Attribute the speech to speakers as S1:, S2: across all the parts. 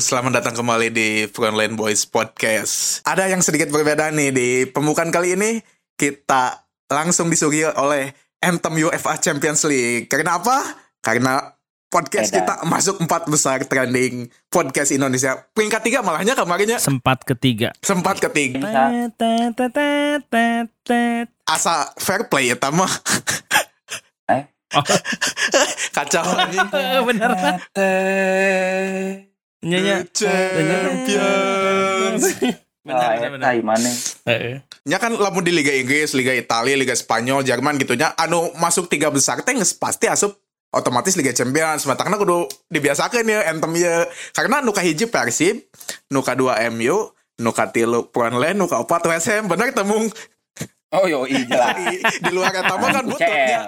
S1: selamat datang kembali di Frontline Boys Podcast. Ada yang sedikit berbeda nih di pembukaan kali ini kita langsung disuguhi oleh E anthem UEFA Champions League. Karena apa? Karena podcast kita masuk empat besar trending podcast Indonesia. Peringkat tiga malahnya kemarinnya
S2: sempat ketiga.
S1: sempat
S2: Iya.
S1: ketiga.
S3: Iya.
S1: Asa fair play ya Tama.
S3: Eh?
S2: Oh.
S1: Kacau anjing.
S2: Eh, Bener. Iya,
S1: The Champions.
S3: Benar,
S2: benar, benar.
S3: Iya, mana?
S2: Eh,
S1: Ya kan lamun di Liga Inggris, Liga Italia, Liga Spanyol, Jerman gitunya anu masuk tiga besar teh geus pasti asup otomatis Liga Champions. Matakna kudu dibiasakeun ya anthem ya. Karena nu kahiji Persib, nu kadua MU, nu katilu Portland, nu kaopat West Ham. Bener temung
S3: Oh yo jelas.
S1: di, di luar eta mah iya, kan
S3: UCL,
S1: bututnya.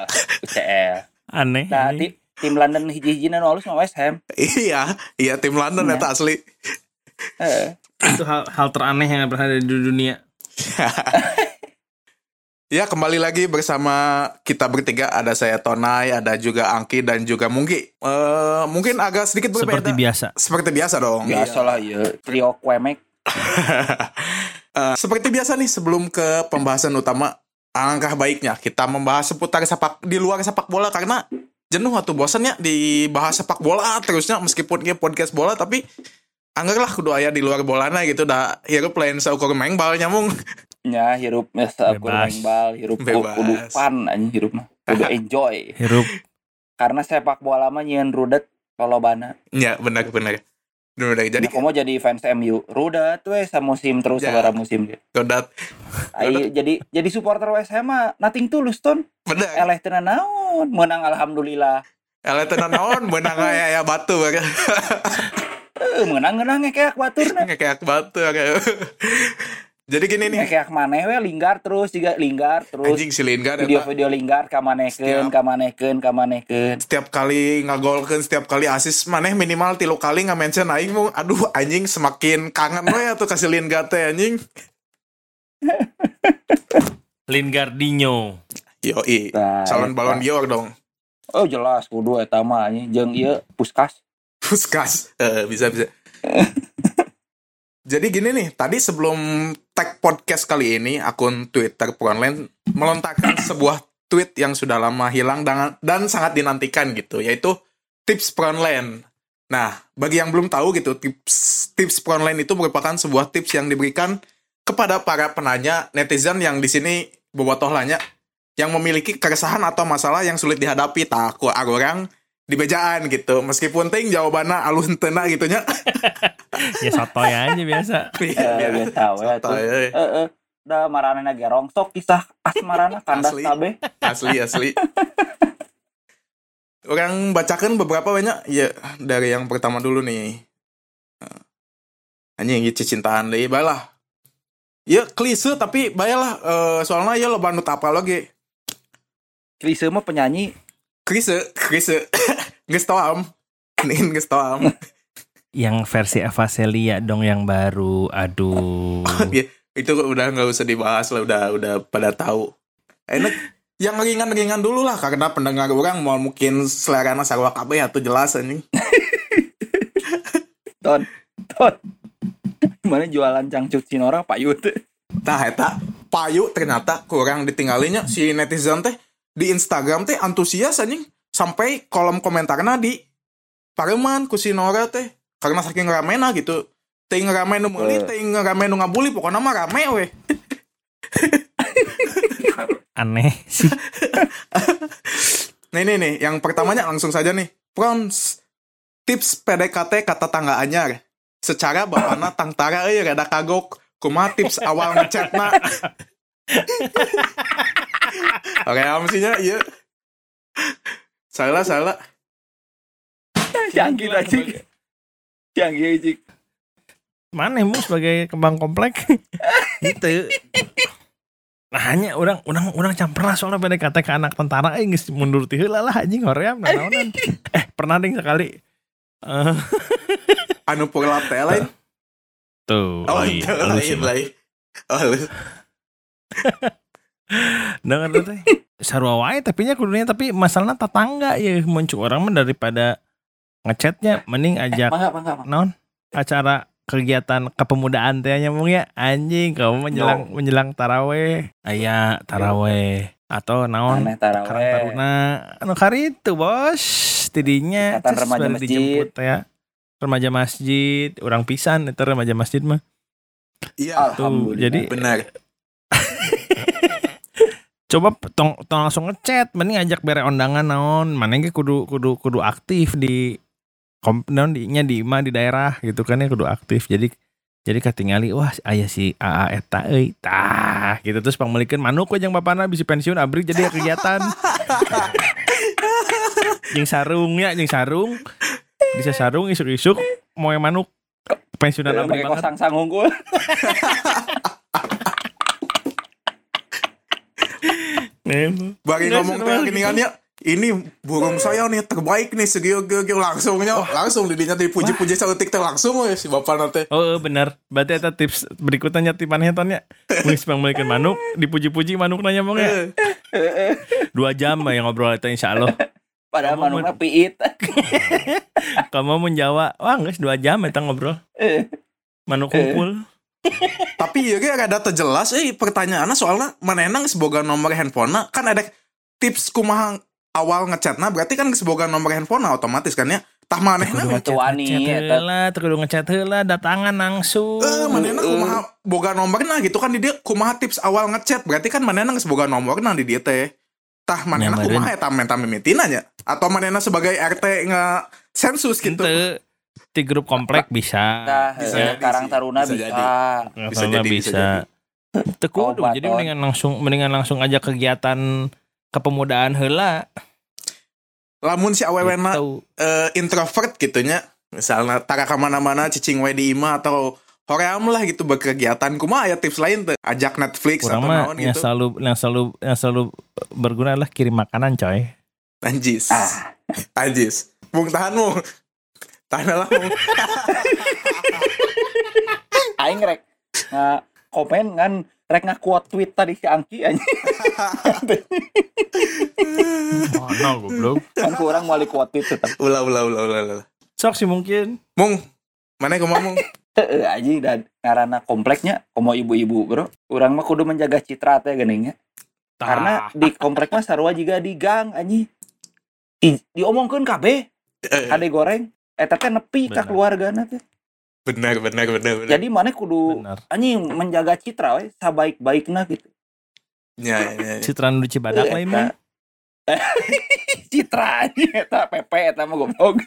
S3: UCL.
S2: Aneh.
S3: Nah,
S2: aneh.
S3: ti- tim London hiji-hijinan halus mah West Ham.
S1: Iya, iya tim London
S3: Iya.
S1: eta asli.
S3: Heeh.
S2: Itu hal, hal teraneh yang pernah ada di dunia.
S1: Ya kembali lagi bersama kita bertiga ada saya Tonai, ada juga Angki dan juga Mungki. Eh mungkin agak sedikit berbeda.
S2: Seperti biasa.
S1: Seperti biasa dong.
S3: Biasa lah ya. Trio Quebec.
S1: Eh, seperti biasa nih sebelum ke pembahasan utama alangkah baiknya kita membahas seputar sepak di luar sepak bola karena jenuh atau bosannya dibahas sepak bola terusnya meskipun ini podcast bola tapi anggaplah kudu aya di luar bolana gitu dah hirup lain saukur mengbal nyamung
S3: Ya, hirup ya, aku
S2: Bebas.
S3: bal, hirup
S1: Bebas.
S3: kulupan anjing hirup mah. Kudu enjoy.
S2: Hirup.
S3: Karena sepak bola mah nyeun rudet kalau bana.
S1: ya benar benar benar jadi
S3: Jadi kamu jadi fans MU, rudet we musim terus
S1: Ya.
S3: sabaraha musim dia.
S1: kodat
S3: Ai, jadi jadi supporter West Ham mah nothing tulus ton.
S1: benar
S3: Eleh tenan naon, menang alhamdulillah.
S1: eletenan naon menang aya aya batu baga.
S3: Eh, menang menang kayak nah. baturna.
S1: kayak batu baga. jadi gini nih
S3: Kayak maneh we linggar terus juga linggar terus.
S1: anjing si kan, Lingard eta.
S3: Video-video linggar ka
S1: Setiap-
S3: manehkeun, ka manehkeun, ka manehkeun.
S1: setiap kali ngagolkeun setiap kali asis maneh minimal tilu kali nge-mention aing mu aduh anjing semakin kangen we atuh kasih Lingard teh anjing
S2: Lingardinho.
S1: yoi
S3: Nah,
S1: calon
S3: eta.
S1: balon dior dong
S3: Oh jelas kudu eta mah anjing jeung ieu Puskas.
S1: Puskas. Eh, bisa bisa. Jadi gini nih, tadi sebelum tag podcast kali ini akun Twitter Online melontarkan sebuah tweet yang sudah lama hilang dan, dan sangat dinantikan gitu, yaitu tips Online. Nah, bagi yang belum tahu gitu, tips tips Online itu merupakan sebuah tips yang diberikan kepada para penanya netizen yang di sini bobotoh lanya yang memiliki keresahan atau masalah yang sulit dihadapi tak aku orang di bejaan gitu meskipun ting jawabannya alun tena gitu nya
S2: Ya sotoy aja biasa.
S1: Iya.
S3: Eh biasa we atuh.
S1: Sotoy, eh.
S3: Heeh. Da marana ge rongsok kisah asmarana kandas
S1: Asli.
S3: kabeh.
S1: asli asli orang bacakan beberapa banyak ya dari yang pertama dulu nih Nah, anjing ieu cicintaan deui baiklah ya klise tapi baiklah eh, soalnya ya lo banut apa lagi
S3: Klise mah penyanyi
S1: klise klise geus toam nih geus toam
S2: Yang versi Eva Celia dong yang baru. Aduh.
S1: Ya, itu udah nggak usah dibahas lah udah udah pada tahu enak yang ringan-ringan dulu lah karena pendengar orang mau mungkin selera anak sarwa kabeh atau jelas anjing
S3: Ton. Ton. Mana jualan cangcut Cinora Pak Yud.
S1: nah eta payu ternyata kurang ditinggalinya si netizen teh di Instagram teh antusias anjing sampai kolom komentarna di pareman ku si Nora teh karena saking ramena gitu ting rame nu meuli
S3: Eh.
S1: ting rame nu ngabuli pokoknya mah rame weh
S2: Aneh sih.
S1: Nah ini nih, yang pertamanya langsung saja nih. Prons, tips PDKT kata tangga anyar. Secara bapana tangtara euy rada kagok. Kuma tips awal ngechatna. Oke, amsinya iya. Salah, salah.
S3: Canggih aja. Canggih aja.
S2: Mana mu sebagai kembang komplek? gitu. Nah hanya orang orang orang campur lah soalnya pada kata ke anak tentara eh geus mundur ti heula lah anjing hoream nanaonan. Eh pernah ding sekali. Eh
S1: Anu purla teh lain.
S2: tuh.
S1: Oh,
S2: iya,
S1: teu
S2: halus
S1: lain,
S2: emang.
S1: lain. Oh, halus.
S2: Dengar lu teh. Sarua wae tapi nya kudunya tapi masalahnya tetangga ya muncul orang mah daripada ngechatnya mending ajak
S3: Mangga, mangga, mangga.
S2: naon acara kegiatan kepemudaan teh nya mung ya anjing kamu menjelang menjelang taraweh aya taraweh atau naon
S3: aneh taraweh
S2: karang taruna anu kari itu bos tidinya
S3: Ikatan remaja
S2: bari
S3: masjid.
S2: dijemput ya remaja masjid orang pisan itu remaja masjid
S3: Ah.
S2: mah
S1: Iya,
S2: tuh
S3: Alhamdulillah.
S2: jadi
S1: benar.
S2: coba tong, tong langsung ngechat mending ajak bere undangan naon mana ge kudu kudu kudu aktif di kom naon di nya di imah di daerah gitu kan ya kudu aktif jadi jadi katingali wah aya si AA eta euy tah gitu terus pangmelikeun manuk we jeung bapana bisi pensiun abri jadi kegiatan jeung sarung ya jeung sarung bisa sarung isuk-isuk moe manuk pensiunan
S3: Udah
S2: abri
S3: Iya, pakai
S2: banget
S3: kosang sanggung gue
S1: Bagi
S2: Nggak
S1: ngomong
S2: seru
S1: teh
S2: banget.
S1: geningan ya, ini burung saya nih terbaik nih segio-gio langsungnya langsung didinya teh puji-puji satu tik teh langsung we si bapak nanti
S2: Oh benar. Berarti eta tips berikutnya tipan hetonnya. Wis bang Malikin manuk dipuji-puji manuk nanya mong ya. Dua jam ya ngobrol itu insya Allah.
S3: padahal
S2: Kamu
S3: manungna piit
S2: Kamu menjawab, wah nggak dua jam eta ngobrol.
S3: Eh.
S2: Manuk kumpul.
S1: tapi ya kayak ada terjelas eh pertanyaannya soalnya menenang seboga nomor handphone kan ada tips kumaha awal ngechatna berarti kan seboga nomor handphone otomatis kan ya tah manehna
S3: Kudu
S2: Ngechat-
S3: wani,
S2: ngechat
S3: eta.
S2: heula, terus ngechat heula datangan langsung.
S1: eh manehna
S3: Eh.
S1: kumaha boga nomorna gitu kan di dia kumaha tips awal ngechat berarti kan manehna seboga nomorna di dia teh tah manehna
S2: Nyamarin.
S1: kumaha eta menta mimitina nya atau manehna sebagai RT nge sensus gitu
S2: Henteu. di grup komplek bisa.
S3: nah
S1: Bisa
S3: eh,
S1: jadi
S3: karang
S1: sih,
S3: taruna
S1: bisa
S3: bisa,
S1: jadi. Bisa
S2: Bisa
S1: jadi,
S2: jadi
S1: bisa
S2: bisa. Tekudu,
S3: Obat,
S2: jadi
S3: obat.
S2: mendingan langsung mendingan langsung aja kegiatan kepemudaan heula.
S1: lamun si awewena
S2: Gitu.
S1: eh, introvert gitunya misalnya tara kemana-mana cicing we di imah atau hoream lah gitu berkegiatan kumaha ya tips lain tuh ajak Netflix atau
S2: kurang mah
S1: naon
S2: yang
S1: gitu
S2: selalu yang selalu yang selalu berguna adalah kirim makanan coy
S1: anjis
S3: Ah.
S1: anjis mung tahan mung tahan lah mung
S3: aing rek nah, komen kan rek ngakuat tweet tadi si Angki aja
S2: mana goblok
S3: kan kurang mau kuat tweet tetap
S1: ulah ulah ulah ulah ulah
S2: sok sih mungkin
S1: mung mana kumaha mung
S3: Heeh, aja dan karena kompleknya komo ibu-ibu bro orang mah kudu menjaga citra teh geningnya karena di komplek mah sarua juga di gang aja diomongkan
S1: Eh.
S3: KB kade goreng eta teh nepi ka
S2: Bener.
S3: keluargana teh
S1: benar benar benar benar
S3: jadi mana kudu
S2: benar
S3: anjing menjaga citra we sabaik-baikna gitu
S1: ya, ya, ya.
S2: citra nu di cibadak lain mah
S3: citra anjing eta pepe eta mah goblok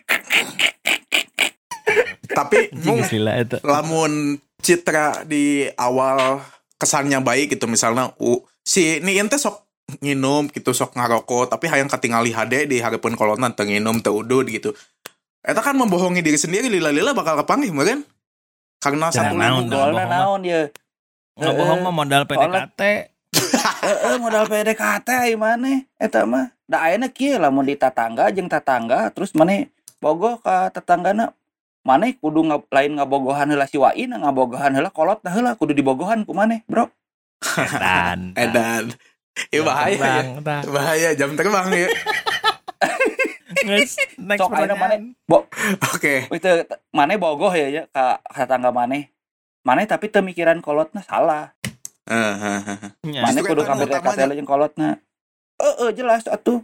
S1: tapi mung
S2: Anjing, gila eta
S1: lamun citra di awal kesannya baik gitu misalnya u si ini ente sok nginum gitu sok ngarokok tapi hayang ketingali HD di hareupeun kolona teu nginum teu udud gitu eta kan membohongi diri sendiri lila-lila bakal kepanggih meureun karena
S2: Jangan
S1: satu minggu
S2: naon
S3: golna
S2: dong. bohong mah.
S3: naon ya
S2: nggak bohong mah modal
S3: soalnya-
S2: PDKT
S3: Heeh, modal PDKT ai maneh eta mah. Da ayeuna kieu lamun di tatangga jeung tatangga terus maneh bogoh ka tetanggana. Maneh kudu nga, lain ngabogohan heula si Wain, ngabogohan heula kolot nah heula kudu dibogohan ku maneh, Bro.
S2: dan
S1: edan Ieu bahaya ya. bahaya jam terbang ya
S2: next
S3: Sok, ayo,
S2: pertanyaan
S1: oke
S3: Itu t- maneh bogoh ya, ya ka ka tetangga maneh. Maneh tapi teu mikiran kolotna salah.
S1: Heeh.
S2: Ya,
S3: Maneh
S1: Justru
S3: kudu
S1: eta
S3: ka
S1: anu
S3: PDKT
S1: utamanya.
S3: heula jeung kolotna. Heeh, jelas atuh.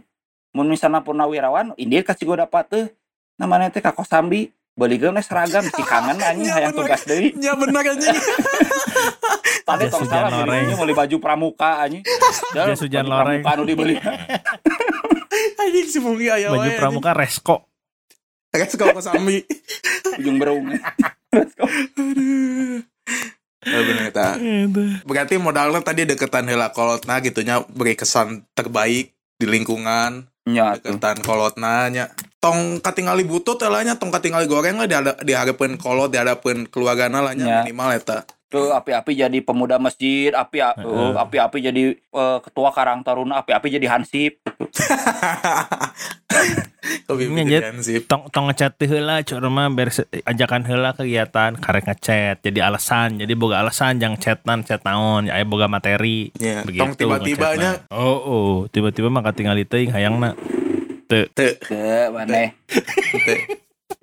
S3: Mun misalna purnawirawan, indir kasih gua dapat teh. Namanya Nah, teh ka Kosambi, beuligeun we seragam si kangen anjing
S1: Iya,
S3: hayang
S1: bener.
S3: tugas deui.
S1: ya benar anjing
S3: Tadi
S2: Jas
S3: tong
S2: hujan
S3: salah
S2: loreng.
S3: belinya beli baju pramuka anjing.
S2: Jas hujan loreng.
S3: Pramuka anu dibeli.
S1: anjing si Bungi aya
S2: baju
S1: wae, anjing.
S2: pramuka resko
S1: Tegas kalau kesami
S3: Ujung berung.
S1: aduh Eh, bener eta. berarti modalnya tadi deketan heula kolotna gitunya beri kesan terbaik di lingkungan
S3: Nya tuh.
S1: deketan kolotna nya tong katingali butut heula nya tong katingali goreng lah di diharapeun kolot diharapeun keluargana lah nya
S3: Ya.
S1: minimal eta
S3: Tuh api-api jadi pemuda masjid, api
S2: Heeh.
S3: uh, api-api jadi eh, ketua Karang Taruna, api-api jadi Hansip.
S1: Lebih
S2: Ngejet.
S1: pikiran sih
S2: tong tong ngechat teh heula cur mah beres- ajakan heula kegiatan karek ngechat jadi alasan jadi boga alasan jang chatan chat naon ya aya boga materi
S1: Ya,
S2: begitu
S1: tong tiba-tibanya
S2: ngechatna. oh oh tiba-tiba mah katingali teuing hayangna
S3: Ke maneh.
S1: teh,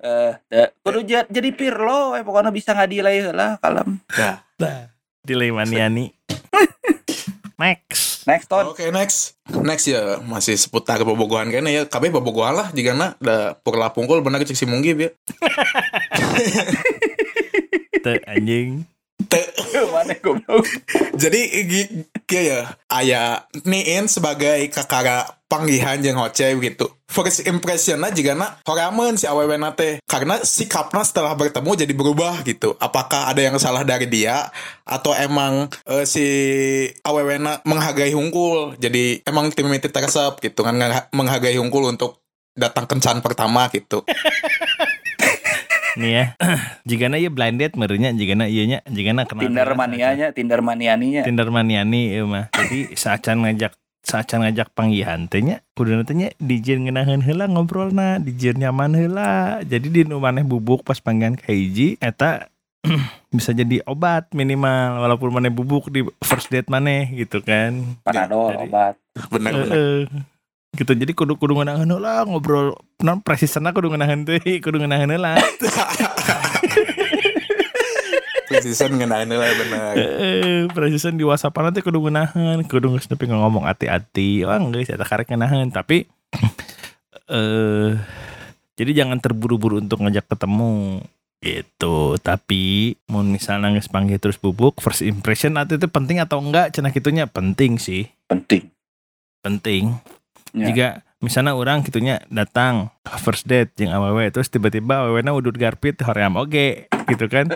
S3: eh teu. kudu ja- jadi pirlo eh pokoknya bisa ngadilai lah kalem
S2: Delay maniani. Next.
S3: next on
S1: Oke next Next ya Masih seputar bobogohan kayaknya ya Kabeh bobogohan lah Jika na Da purla pungkul benar cek si munggi ya
S2: Tuh anjing.
S3: mana goblok
S1: Jadi gi- Kayak ya Ayah Niin sebagai kakara Panggihan jeung hoce gitu First impressionnya jika na Horamen si awewe nate Karena sikapnya setelah bertemu jadi berubah gitu Apakah ada yang salah dari dia Atau emang eh, Si awewe na menghargai hungkul Jadi emang tim mimiti tersep gitu kan nggak- Menghargai hungkul untuk Datang kencan pertama gitu
S2: Nih ya. Jika na ieu blind date meureunnya jika na ieu nya jika na kenal.
S3: tinder manianya tinder manianinya
S2: Tinder maniani ieu mah. Jadi saacan ngajak saacan ngajak panggihan teh nya kudu teh nya dijieun ngeunaheun heula ngobrolna, dijieun nyaman heula. Jadi di nu maneh bubuk pas panggihan ka hiji eta bisa jadi obat minimal walaupun maneh bubuk di first date maneh gitu kan.
S3: panadol
S2: Jadi-
S3: obat
S1: bener bener
S2: Heeh. gitu jadi kudu kudu ngeunaheun lah ngobrol non presisna kudu ngeunaheun teh kudu ngeunaheun lah
S1: precision ngenain lah bener
S2: heeh presisan Eh, di WhatsApp nanti kudu ngeunaheun kudu geus nepi ngomong ati-ati wah geus eta karek ngeunaheun tapi eh jadi jangan terburu-buru untuk ngajak ketemu gitu tapi mau misalnya geus panggil terus bubuk first impression nanti itu penting atau enggak cenah kitunya penting sih
S3: penting
S2: penting.
S3: Ya.
S2: Jika misalnya orang kitunya datang first date jeung awewe terus tiba-tiba awewe na udut garpit hoream oge gitu kan.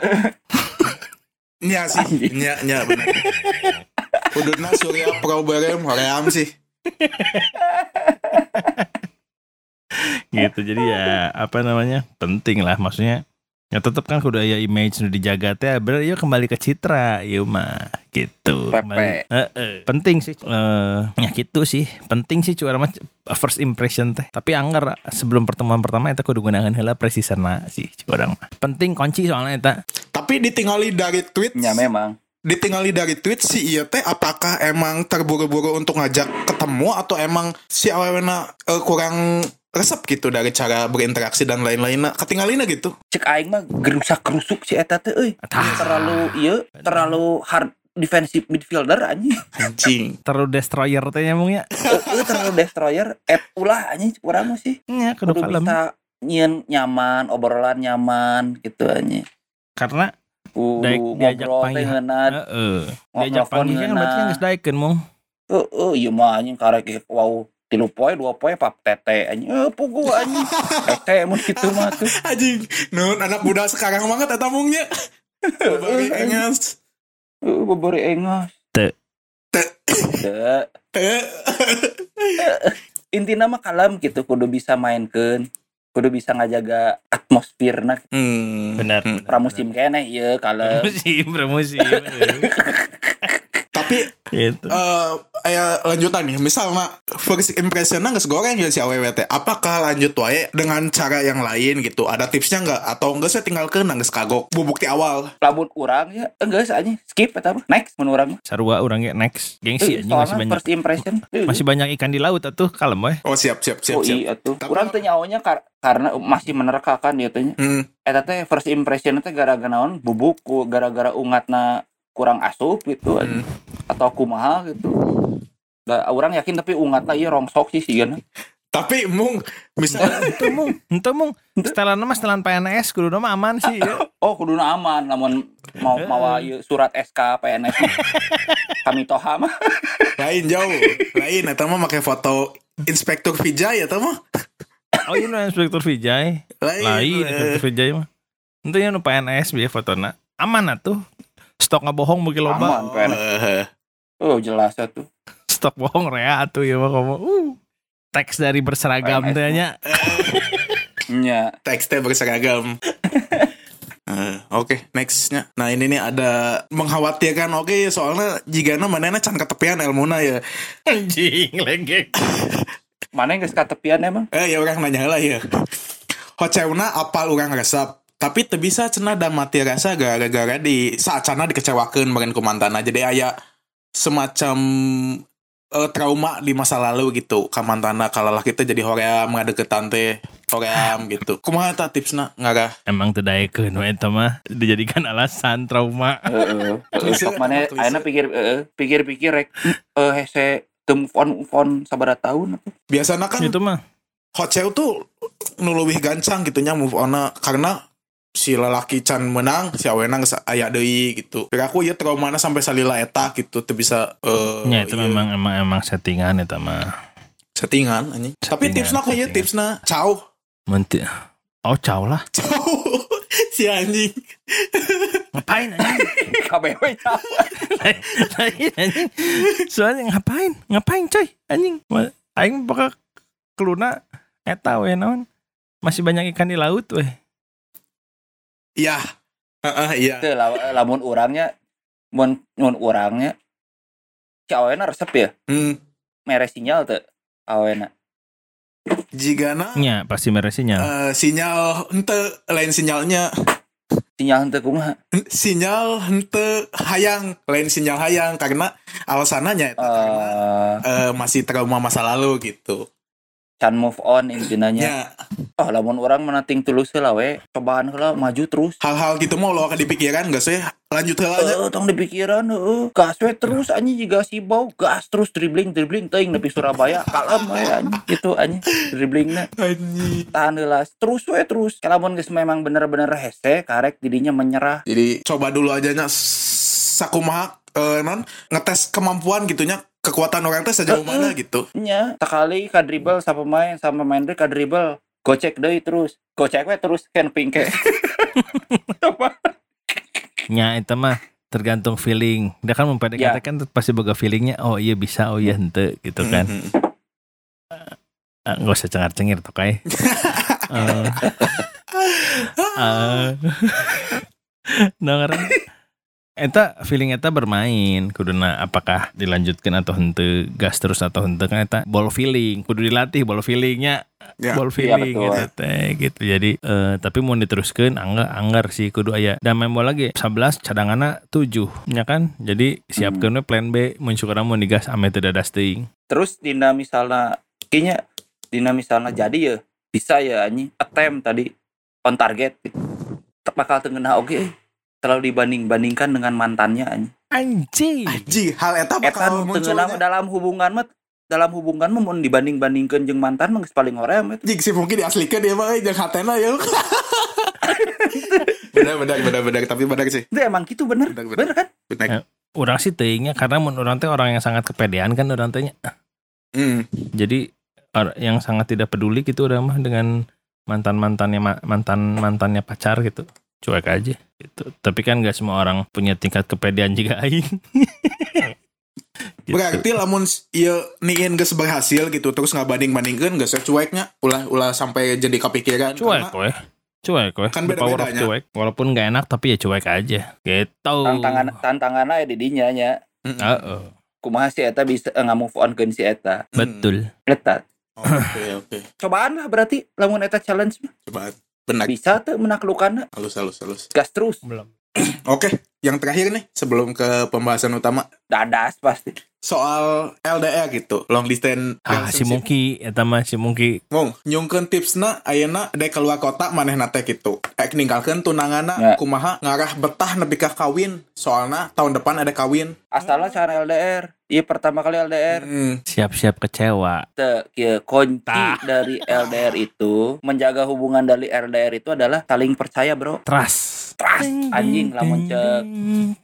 S1: nya sih
S3: Anjing.
S1: nya nya bener Udutna Surya Proberem Hoream sih
S2: gitu. Jadi ya apa namanya? penting lah maksudnya. Ya tetap kan kudu aya image nu dijaga teh bener yuk kembali ke citra ieu mah gitu.
S3: Pepe.
S2: Kembali- Heeh. Penting sih. Eh ya gitu sih. Penting sih cuara mah first impression teh. Tapi anggar sebelum pertemuan pertama eta kudu gunakeun heula presisana sih cuara mah. Penting kunci soalnya eta.
S1: tapi ditinggali dari tweet
S3: ya
S2: Iya.
S3: memang
S1: ditinggali dari tweet si iya teh apakah emang terburu-buru untuk ngajak ketemu atau emang si awewena eh, kurang resep gitu dari cara berinteraksi dan lain-lainnya ketinggalinnya gitu
S3: cek aing mah gerusak gerusuk si eta teh euy
S2: Tah.
S3: terlalu iya terlalu hard defensive midfielder anjing
S1: anjing
S2: terlalu destroyer teh ya. nyamungnya
S3: Euy, terlalu destroyer et ulah anjing kurang mah sih
S2: ya kudu
S3: kudu
S2: kalem
S3: bisa nyian nyaman obrolan nyaman gitu anjing
S2: karena Daek
S3: kudu
S2: diajak
S3: ngobrol teh
S2: panggihan.
S3: ngeunat
S2: heeh diajak
S3: ngobrol
S2: panggil kan berarti
S3: ngeunat.
S2: geus daekeun mung
S3: Heeh, ieu mah anjing karek wow tilu poe dua poe pap tete anjing eh pugu anjing tete mun kitu mah tuh
S1: anjing nun anak muda sekarang banget ya etamungnya Bari engas.
S3: Heeh, bebari engos
S2: Teu.
S1: Teu.
S3: Teu.
S1: Teu.
S3: intinya mah kalem gitu kudu bisa mainkan kudu bisa ngajaga atmosfer nah
S1: Hmm.
S2: benar
S1: Hmm.
S3: pramusim kene iya kalem
S2: pramusim pramusim heeh.
S1: tapi
S2: gitu
S1: eh aya lanjutan nih misalnya first impressionnya nggak segoreng ya si awwt apakah lanjut wae dengan cara yang lain gitu ada tipsnya nggak atau enggak saya tinggal ke nangis kagok bubuk di awal
S3: lamun urang ya enggak aja skip atau apa next mun urang mah.
S2: sarua urang ge next
S3: Eh,
S2: gengsi anjing masih
S3: soalnya
S2: banyak
S3: first impression eh,
S2: masih banyak ikan di laut atuh kalem weh
S1: oh siap siap siap
S3: oh
S1: siap
S3: iya tuh
S1: Tapi-
S3: urang teh nyaonya kar- karena masih menerkakan dia tanya
S1: hmm.
S3: eta teh first impression teh gara-gara naon bubuku gara-gara ungatna kurang asup gitu
S1: Hmm.
S3: atau kumaha gitu Da, orang yakin tapi ungatna ieu rongsok sih kan. sieun
S1: tapi mung misalnya
S2: Henteu mung henteu mung setelan mah setelan PNS kudu mah aman sih ya.
S3: Oh kuduna aman namun mau
S2: Heeh.
S3: mawa ieu surat SK PNS kami toha mah
S1: lain jauh lain atau mah pakai foto inspektur Vijay atau mah
S2: oh iya nu inspektur Vijay
S1: lain,
S2: lain
S1: eh.
S2: inspektur Vijay mah iya, henteu nya nu PNS bieu fotona aman atuh stok ngabohong beuki
S3: aman
S2: loba
S3: PNS
S1: Eh,
S3: oh jelas tuh
S2: stok bohong rea atuh ya mah komo. Uh. Teks dari berseragam
S3: PNS.
S2: teh nya.
S3: nya
S1: teksnya berseragam Eh, Oke, nextnya. Nah ini nih ada mengkhawatirkan. Oke, soalnya jika manena can ketepian ilmuna ya.
S2: Anjing legek.
S3: mana geus katepian emang
S1: Eh ya orang nanya lah ya. Hoceuna apal orang resep. Tapi teu bisa cenah da mati rasa gara-gara di saacana dikecewakeun meureun ku mantana. Jadi aya semacam eh, trauma di masa lalu gitu ka mantana kalah kita jadi horea mengadeuketan teh. coream gitu kumaha eta tipsna ngarah
S2: Emang tidak ikut, itu mah dijadikan alasan trauma.
S3: Heeh.
S1: Klise,
S3: Sok Eh, mana
S1: klise.
S3: ayeuna pikir heeh, pikir-pikir rek eh hese teu move on move on sabaraha tahun
S1: biasanya kan
S2: Itu mah.
S1: Hocew tuh nuluwih gancang gitu nya move on karena si lelaki can menang si awena geus aya deui gitu. Pira aku ya trauma sampai salila eta gitu teu bisa eh
S2: Ya itu
S1: ieu,
S2: memang emang emang settingan itu mah.
S1: settingan anjing. Tapi
S2: Settingan,
S1: tipsna kayaknya
S2: settingan.
S1: tipsna cau.
S2: Menti. Oh, cau lah.
S1: Cau. si anjing.
S2: Ngapain anjing?
S3: KBW ya.
S2: Lain, anjing. Soalnya ngapain? Ngapain coy? Anjing. Ma- Aing bakal keluna eta we naon. Masih banyak ikan di laut weh.
S1: Iya. Heeh, iya.
S3: Teu, la- lamun urangnya mun mun urangnya si awena resep ya
S1: Hmm.
S3: mere sinyal teu awena
S1: Jigana
S2: Nya pasti meresinya.
S1: eh, sinyal henteu lain sinyalnya
S3: sinyal henteu kumaha
S1: sinyal henteu hayang lain sinyal hayang karena alasannya eta karena eh,
S3: Eh,
S1: masih trauma masa lalu gitu.
S3: can move on intinanya
S1: Ya,
S3: oh lamun urang menating tulus heula we cobaan heula maju terus
S1: hal-hal gitu mau lo akan dipikiran gak sih? Lanjut lah.
S3: Eh, tong di pikiran, heeh. Gas we terus anjing juga si bau, gas terus dribbling dribbling teuing nepi Surabaya, kalem we anjing gitu anjing dribblingna tahan heula terus we terus. Kalamun geus memang bener-bener hese karek dirinya menyerah.
S1: Jadi coba dulu aja nya s- sakumaha eh, non ngetes kemampuan gitunya kekuatan orang tes sejauh
S3: Eh,
S1: mana gitu.
S3: Nya sekali ka dribble sama pemain sama pemain deui ka dribble, gocek deui terus. Gocek we terus kan pingke.
S2: Nya itu mah tergantung feeling. Dia kan memperdekatkan pasti boga feelingnya. Oh iya bisa, oh iya hente gitu kan.
S1: Mhm.
S2: Ah, Nggak usah cengar-cengir tuh kayak. Eh,
S1: Ah,
S2: eh. Nah, karena Eta feeling Eta bermain Kuduna apakah dilanjutkan atau hente Gas terus atau hente Kan Eta ball feeling Kudu dilatih ball feelingnya
S1: Ya.
S2: Ball feeling
S3: betul.
S2: eta teh, gitu Jadi eh, Tapi mau diteruskan Anggar anggar sih Kudu aya Dan main bola lagi 11 cadangannya 7 Ya kan Jadi siapkan we plan B Mensyukurnya mau digas Ame tidak ada staying
S3: Terus dina misalnya kinya dina misalnya jadi ya bisa ya anjing attempt tadi on target gitu. Te- bakal tengena oke terlalu dibanding-bandingkan dengan mantannya anjing.
S2: Anjing
S1: hmm. Anjing, hal eta
S3: Eta
S1: bakal
S3: tengena
S1: munculnya.
S3: dalam hubungan mah dalam hubungan mah mun dibanding-bandingkeun jeung mantan mah geus paling hoream eta.
S1: Jik sih mungkin diaslikan ya bang, jangan hatena ya. benar benar benar benar tapi benar sih.
S3: Itu emang gitu bener.
S1: Benar benar.
S3: Bener kan?
S1: benar.
S2: Orang sih teingnya Karena mun orang teh orang yang sangat kepedean kan Orang tehnya
S1: Hmm.
S2: jadi or- yang sangat tidak peduli gitu udah mah dengan mantan mantannya mantan mantannya pacar gitu cuek aja gitu tapi kan nggak semua orang punya tingkat kepedean juga aing Gitu.
S1: Berarti lamun iya niin geus berhasil gitu terus ngabanding-bandingkeun geus cueknya ulah ulah sampai jadi kepikiran karena
S2: cuek weh cuek weh
S1: Kan
S2: The power of
S1: beda-bedanya.
S2: cuek walaupun nggak enak tapi ya cuek aja gitu
S3: Tantangan tantangan aja di dinya nya.
S1: Mm-mm.
S2: Heeh,
S3: Kumaha si eta bisa eh, nggak move on keun si eta.
S1: Mm.
S2: betul
S3: Eta
S1: Oh, Oke oke.
S3: cobaan lah berarti lamun eta challenge mah.
S1: Coba benar
S3: bisa tuh menaklukkan
S1: halus halus halus.
S3: gas terus
S2: belum
S1: Oke, yang terakhir nih sebelum ke pembahasan utama
S3: dadas pasti.
S1: soal LDR gitu, long distance
S2: ah si
S1: relationship.
S2: Mungki eta mah si Mungki
S1: Mung, nyungkeun tipsna ayeuna dek keluar kota manehna teh kitu. Ek Eh, ninggalkeun tunanganna
S3: Ya.
S1: kumaha ngarah betah nepi ka kawin, soalna tahun depan ada kawin.
S3: Asalnya cara LDR, iya pertama kali LDR,
S1: Hmm.
S2: siap-siap kecewa
S3: te, ya, kunci
S2: Tah.
S3: dari LDR itu menjaga hubungan dari LDR itu adalah saling percaya bro.
S2: trust
S3: Trust anjing lamun cek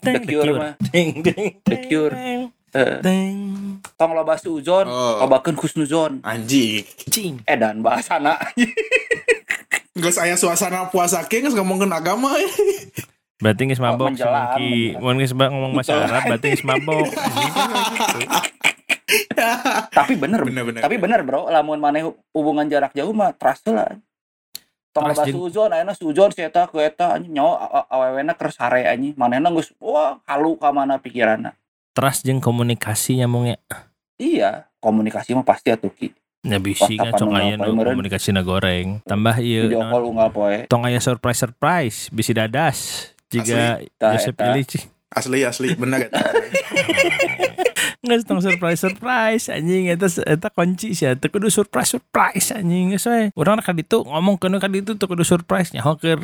S3: The Cure mah.
S2: Ding, ding,
S3: The Cure.
S2: ding,
S3: Eh,
S2: ding.
S3: tong loba suzon,
S1: Oh,
S3: lobakeun khusnuzon.
S1: anjing.
S2: Cing.
S3: Eh dan bahasa na.
S1: Geus aya suasana puasa ke geus ngomongkeun agama ya.
S2: Berarti nggak mabok si
S3: menjelang,
S2: Mungki.
S3: menjelang.
S2: Mun geus ba- ngomong bahasa
S3: Betul.
S2: Arab berarti geus mabok.
S3: Tapi bener,
S1: Bener-bener.
S3: tapi bener bro, lamun maneh hubungan jarak jauh mah trust heula. Tong
S2: Trust
S3: loba
S2: jeung-
S3: suzon, ayeuna suzon si eta ku eta anjing nyawa awewena keur sare anjing. Manehna geus wah halu ka mana pikiranna.
S2: Trust jeung komunikasi nyambungnya.
S3: Iya, komunikasi mah pasti atuh ki.
S2: Ya bisi
S3: Wah,
S2: kan cok
S3: kapan
S2: aya
S3: nongol
S2: nu
S3: meureun?
S2: komunikasi na goreng. Tambah ieu
S3: Video
S2: naon,
S3: call unggal poe.
S2: tong aya surprise surprise bisi dadas. Jika
S3: Tah,
S2: Joseph
S3: eta.
S2: Illich
S1: Asli asli benar.
S2: nggak tong surprise surprise anjing eta eta kunci sih eta kudu surprise surprise anjing geus we urang kali itu ngomong kana kali itu tuh kudu surprise nyaho ke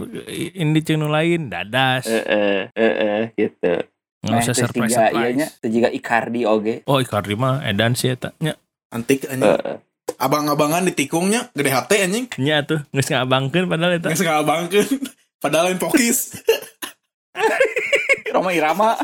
S2: indi jeung nu lain dadas
S3: Eh, eh, eh, eh, gitu.
S2: nggak usah
S3: terus
S2: surprise
S3: tiga, iya ianya,
S2: surprise
S3: terus juga Icardi oge.
S2: oh Icardi mah edan sih eta nya
S1: Antik anjing.
S3: Heeh.
S1: Abang-abangan ditikungnya gede hati anjing.
S2: nya tuh geus ngabangkeun padahal eta
S1: Nggak segala bangkeun. Padahal lain pokis.
S3: Roma Irama.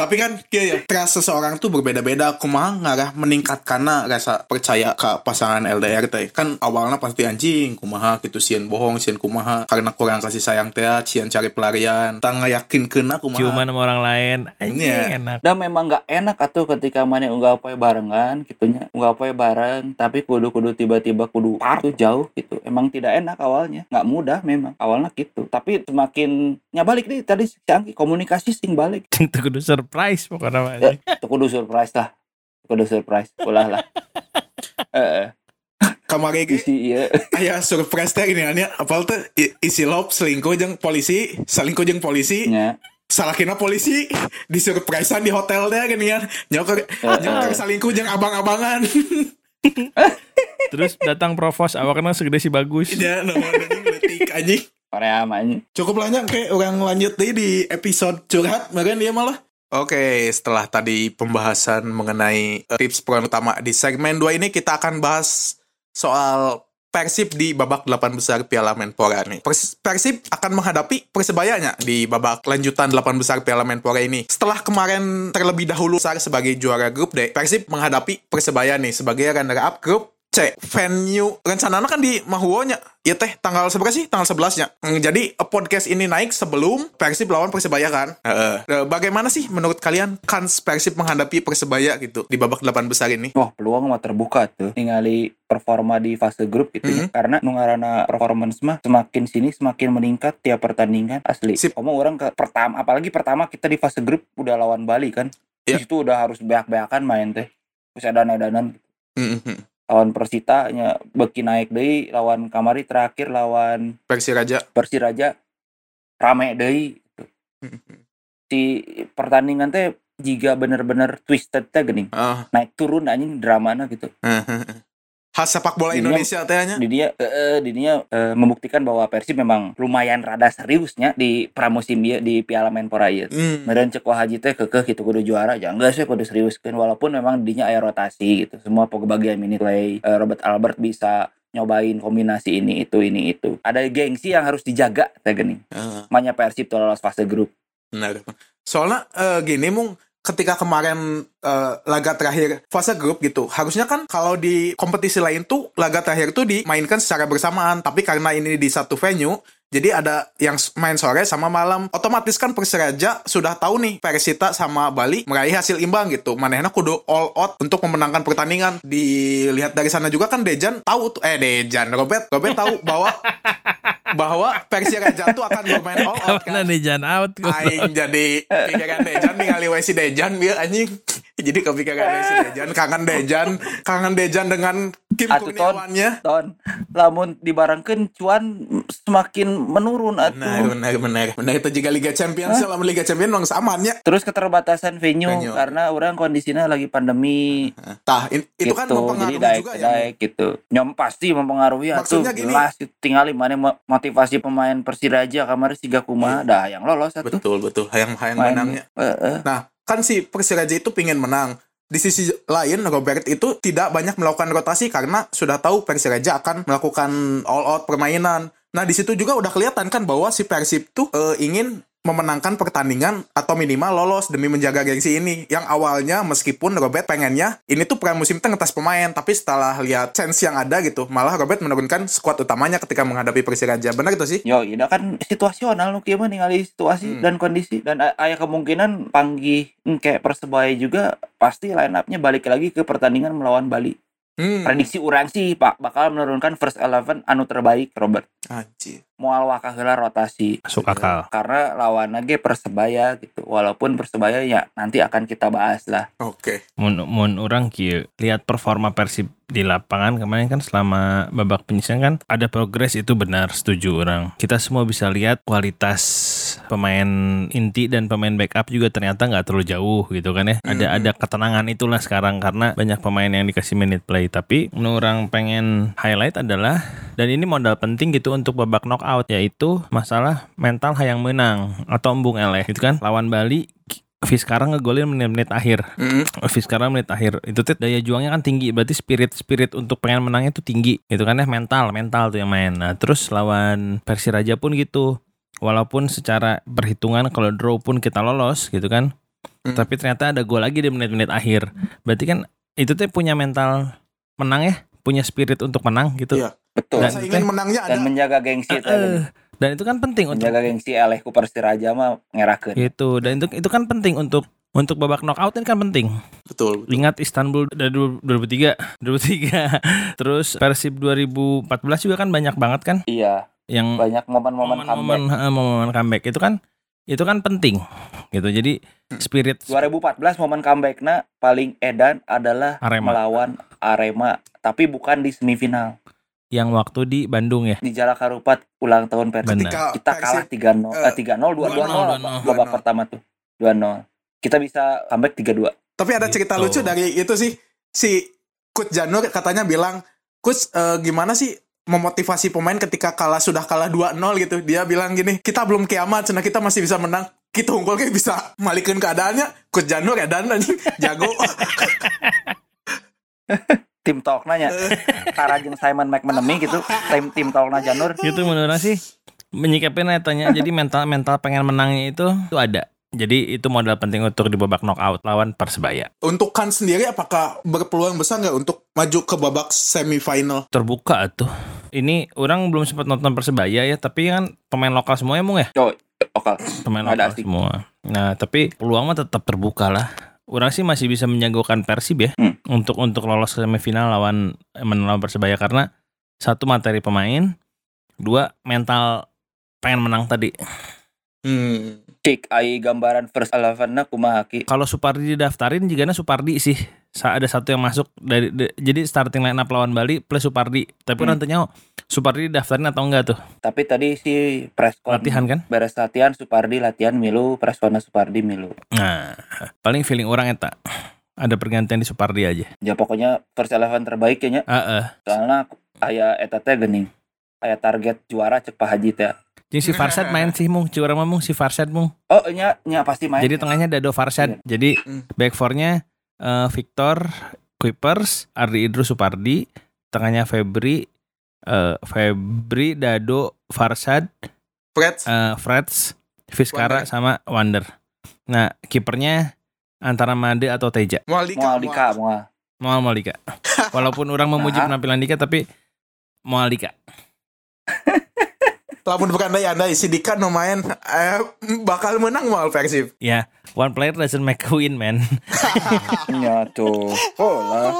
S1: Tapi kan kieu ya, trust seseorang tuh berbeda-beda kumaha ngarah meningkatkanna ah, rasa percaya ke pasangan LDR teh. Kan awalnya pasti anjing kumaha gitu sieun bohong, sieun kumaha karena kurang kasih sayang teh, sieun cari pelarian. Tang ngayakinkeunna kumaha.
S2: ciuman sama orang lain
S1: Iya.
S2: anjing enak
S3: Dan memang nggak enak atuh ketika mana unggah poe barengan gitunya. Unggah poe bareng tapi kudu-kudu tiba-tiba kudu par tuh jauh gitu. Emang tidak enak awalnya. nggak mudah memang awalnya gitu. Tapi semakin nya balik nih tadi si Angki komunikasi sing balik.
S2: itu kudu surprise pokoknya mah anjing.
S3: Tuh kudu surprise lah. Kudu surprise. Ulah lah. Eh,
S1: Kamari
S3: eh,
S1: ge
S3: isi iya.
S1: aya surprise teh ini nya apal teh i- isi lop selingkuh jeung polisi, selingkuh jeung polisi.
S3: nya.
S1: salahkina polisi disurprisean di hotel deh gini kan nyokor nyokor salingku jeung abang-abangan
S2: terus datang provos awakna segede si bagus
S1: ya nomor anjing detik anjing
S3: Korea manyi.
S1: cukup banyak kayak orang lanjut deh di episode curhat mungkin dia malah Oke, setelah tadi pembahasan mengenai eh, tips peran utama di segmen 2 ini kita akan bahas soal Persib di babak 8 besar Piala Menpora nih. Pers- Persib akan menghadapi Persebayanya di babak lanjutan 8 besar Piala Menpora ini. Setelah kemarin terlebih dahulu besar sebagai juara grup D, Persib menghadapi Persebaya nih sebagai runner up grup C. Venue rencananya kan di Mahuonya. Ya teh tanggal seberapa sih? Tanggal 11-nya. Hmm, Jadi eh, podcast ini naik sebelum Persib lawan Persebaya kan. Heeh. Eh, Bagaimana sih menurut kalian kans Persib menghadapi Persebaya gitu di babak 8 besar ini?
S3: Wah Oh, peluang mah terbuka tuh ningali performa di fase grup gitu
S1: Mm-hmm.
S3: ya. Karena nu ngaranna performance mah semakin sini semakin meningkat tiap pertandingan asli.
S1: Sip.
S3: Kamu orang ke pertama apalagi pertama kita di fase grup udah lawan Bali kan.
S1: Iya.
S3: Di situ udah harus beak-beakan main teh. Terus ada danan
S1: Mhm.
S3: lawan Persita nya beki naik deui lawan Kamari terakhir lawan
S1: Persiraja.
S3: Persiraja rame deui gitu.
S1: Mhm.
S3: Di pertandingan teh jika bener-bener twisted teh geuning
S1: Ah,
S3: naik turun anjing dramana gitu.
S1: hehehe. Khas sepak bola
S3: Iya.
S1: Indonesia teh nya.
S3: di dia eh, eh, di dia, eh, membuktikan bahwa Persib memang lumayan rada seriusnya di pramusim dia di Piala Menpora ieu.
S1: Hmm.
S3: Meren cek wah haji teh kekeh gitu kudu juara ya enggak sih kudu seriuskeun walaupun memang dinya aya rotasi gitu. Semua pembagian minute play eh, Robert Albert bisa nyobain kombinasi ini itu ini itu. Ada gengsi yang harus dijaga teh geuning.
S1: Ah.
S3: Makanya Persib tuh lolos fase grup.
S1: Benar. Soalnya eh, gini mung ketika kemarin eh, laga terakhir fase grup gitu, harusnya kan kalau di kompetisi lain tuh laga terakhir tuh dimainkan secara bersamaan, tapi karena ini di satu venue jadi ada yang s- main sore sama malam. Otomatis kan Persiraja sudah tahu nih Persita sama Bali meraih hasil imbang gitu. Manehna kudu all out untuk memenangkan pertandingan. Dilihat dari sana juga kan Dejan tahu tuh eh Dejan Robert Robert tahu bahwa bahwa Persiraja tuh akan bermain all out kan.
S2: kapan nih jangan out gua.
S1: Aing jadi kepikiran Dejan ningali we si Dejan dia anjing. Jadi kepikiran we si Dejan, kangen Dejan, kangen Dejan dengan Kim
S3: Atuh, Ton.
S1: Kurniawannya.
S3: Ton, lamun dibarengkeun cuan semakin menurun
S1: Benar,
S3: atuh.
S1: benar, benar. Benar itu juga Liga Champions, selama Liga Champions memang samannya.
S3: Terus keterbatasan venue,
S1: Venue.
S3: karena orang kondisinya lagi pandemi.
S1: Tah, in- itu
S3: itu
S1: kan
S3: gitu. jadi
S1: mempengaruhi
S3: daek
S1: juga ya.
S3: daek gitu nyom pasti mempengaruhi atuh
S1: Maksudnya gini-
S3: jelas tinggal mana mo- motivasi pemain Persiraja kamari siga kumaha
S1: Iya.
S3: dah yang lolos atuh Eh,
S1: Betul, betul. Hayang-hayang
S3: Main-
S1: menangnya.
S3: Heeh.
S1: Nah, kan si Persiraja itu pingin menang. Di sisi lain, Robert itu tidak banyak melakukan rotasi karena sudah tahu Persiraja akan melakukan all out permainan. Nah, di situ juga udah kelihatan kan bahwa si Persib tuh eh, ingin memenangkan pertandingan atau minimal lolos demi menjaga gengsi ini. Yang awalnya meskipun Robert pengennya ini tuh pramusim tuh ngetes pemain, tapi setelah lihat chance yang ada gitu, malah Robert menurunkan skuad utamanya ketika menghadapi Persiraja. Benar itu sih?
S3: Yo, ini kan situasional nu kieu mah ningali
S1: Hmm.
S3: situasi dan kondisi dan a- aya kemungkinan panggih engke Persebaya juga pasti line up-nya balik lagi ke pertandingan melawan Bali.
S1: Hmm.
S3: Prediksi urang sih Pak bakal menurunkan first eleven anu terbaik Robert.
S1: Anjir.
S3: Moal wakaheula rotasi.
S2: masuk
S1: Ah.
S2: akal
S3: karena lawannya ge persebaya gitu walaupun persebaya ya nanti akan kita bahas lah
S1: Oke.
S2: mun mun orang kieu lihat performa Persib di lapangan kemarin kan selama babak penyisian kan ada progres itu benar setuju orang kita semua bisa lihat kualitas terus pemain inti dan pemain backup juga ternyata nggak terlalu jauh gitu kan ya ada
S1: Mhm.
S2: ada ketenangan itulah sekarang karena banyak pemain yang dikasih minute play tapi menurut orang pengen highlight adalah dan ini modal penting gitu untuk babak knockout yaitu masalah mental hayang menang atau embung eleh gitu kan lawan Bali Fiskara ngegolin menit-menit akhir
S1: Mm-mm.
S2: Office sekarang menit akhir itu tuh daya juangnya kan tinggi berarti spirit spirit untuk pengen menangnya itu tinggi itu kan ya mental mental tuh yang main nah terus lawan Persiraja pun gitu walaupun secara perhitungan kalau draw pun kita lolos gitu kan
S1: Hmm.
S2: tapi ternyata ada gol lagi di menit-menit akhir berarti kan itu tuh punya mental menang ya punya spirit untuk menang gitu
S1: Iya.
S3: betul
S2: Dan-
S1: Rasa ingin menangnya ada
S3: dan menjaga gengsi itu
S2: Eh, dan itu kan penting
S1: Iya,
S2: untuk
S3: menjaga gengsi aleh ku persiraja mah ngerakeun
S2: itu dan itu itu kan penting untuk untuk babak knockout ini kan penting
S1: betul
S2: Ingat Istanbul dari du- 2003, 2003. Terus Persib 2014 juga kan banyak banget kan
S3: iya
S2: yang
S3: banyak momen-momen comeback
S2: momen, eh, momen comeback itu kan itu kan penting gitu. Jadi
S3: Hmm.
S2: spirit
S3: 2014 momen comeback na paling edan adalah
S2: Arema.
S3: melawan Arema tapi bukan di semifinal
S2: yang waktu di Bandung ya.
S3: di Jalak Harupat ulang tahun Persib
S2: Benar.
S1: ketika
S3: kita kalah
S1: Oh,
S3: 3-0
S1: eh,
S3: eh, 3-0 2-0
S2: 2-0.
S3: babak pertama tuh 2-0 kita bisa comeback 3-2
S1: Tapi ada cerita
S2: Gitu.
S1: lucu dari itu sih si Coach Janur katanya bilang, "Coach eh, gimana sih memotivasi pemain ketika kalah sudah kalah 2-0 gitu." Dia bilang gini, "Kita belum kiamat, cina kita masih bisa menang." Kita unggul kayak bisa malikin keadaannya. Coach Janur ya dan anjing jago.
S3: tim talknanya Tara jeung Simon McManamy gitu tim tim talkna Janur
S2: Itu menurut orang sih menyikapi tanya jadi mental mental pengen menangnya itu itu ada. Jadi itu modal penting untuk di babak knockout lawan Persebaya.
S1: untuk kan sendiri apakah berpeluang besar nggak untuk maju ke babak semifinal?
S2: Terbuka tuh. Ini orang belum sempat nonton Persebaya ya, tapi kan pemain lokal semuanya mung ya.
S3: oke
S2: pemain
S3: Ada
S2: lokal
S3: asik.
S2: semua. Nah, tapi peluang mah tetap terbuka lah. Orang sih masih bisa menjagokan Persib ya
S3: Hmm.
S2: untuk untuk lolos ke semifinal lawan menelawan Persebaya karena satu materi pemain, dua mental pengen menang tadi.
S1: Hmm.
S3: cik ai gambaran first eleven na kumaha ki
S2: Kalau Supardi didaftarin juga Supardi sih. Sa- ada satu yang masuk dari de- jadi starting line up lawan Bali plus Supardi. Tapi
S3: Hmm.
S2: nantinya Supardi didaftarin atau enggak tuh
S3: tapi tadi si preskon
S2: latihan kan?
S3: beres latihan Supardi latihan milu preskona Supardi milu
S2: Nah, paling feeling orang eta ada pergantian di Supardi aja.
S3: ya pokoknya first eleven terbaik kayaknya
S2: Ah, ah.
S3: soalnya aya eta teh gening aya target juara cek Pak Haji teh
S2: Jeung si Farshad main sih mung, curang mah mung si Farshad mung.
S3: oh nya nya pasti main ya,
S2: Jadi tengahnya Dado Farshad. Jadi
S1: Hmm.
S2: back four-nya eh, Victor Kuipers, Ardi Idrus Supardi, tengahnya Febri eh, Febri Dado Farshad,
S1: Fred,
S2: eh, Freds,
S1: Wander.
S2: Fiskara sama Wander. Nah, kipernya antara Made atau Teja.
S1: Mualdika,
S3: moal dika
S1: Mual-
S3: moal
S2: Moal Malika. Walaupun orang memuji
S3: Nah.
S2: penampilan Dika tapi Moal Dika.
S1: Lamun berandai-andai si Dika no main eh, bakal menang Mual Persib.
S2: Ya, one player doesn't make a win, man.
S3: nya tuh oh lah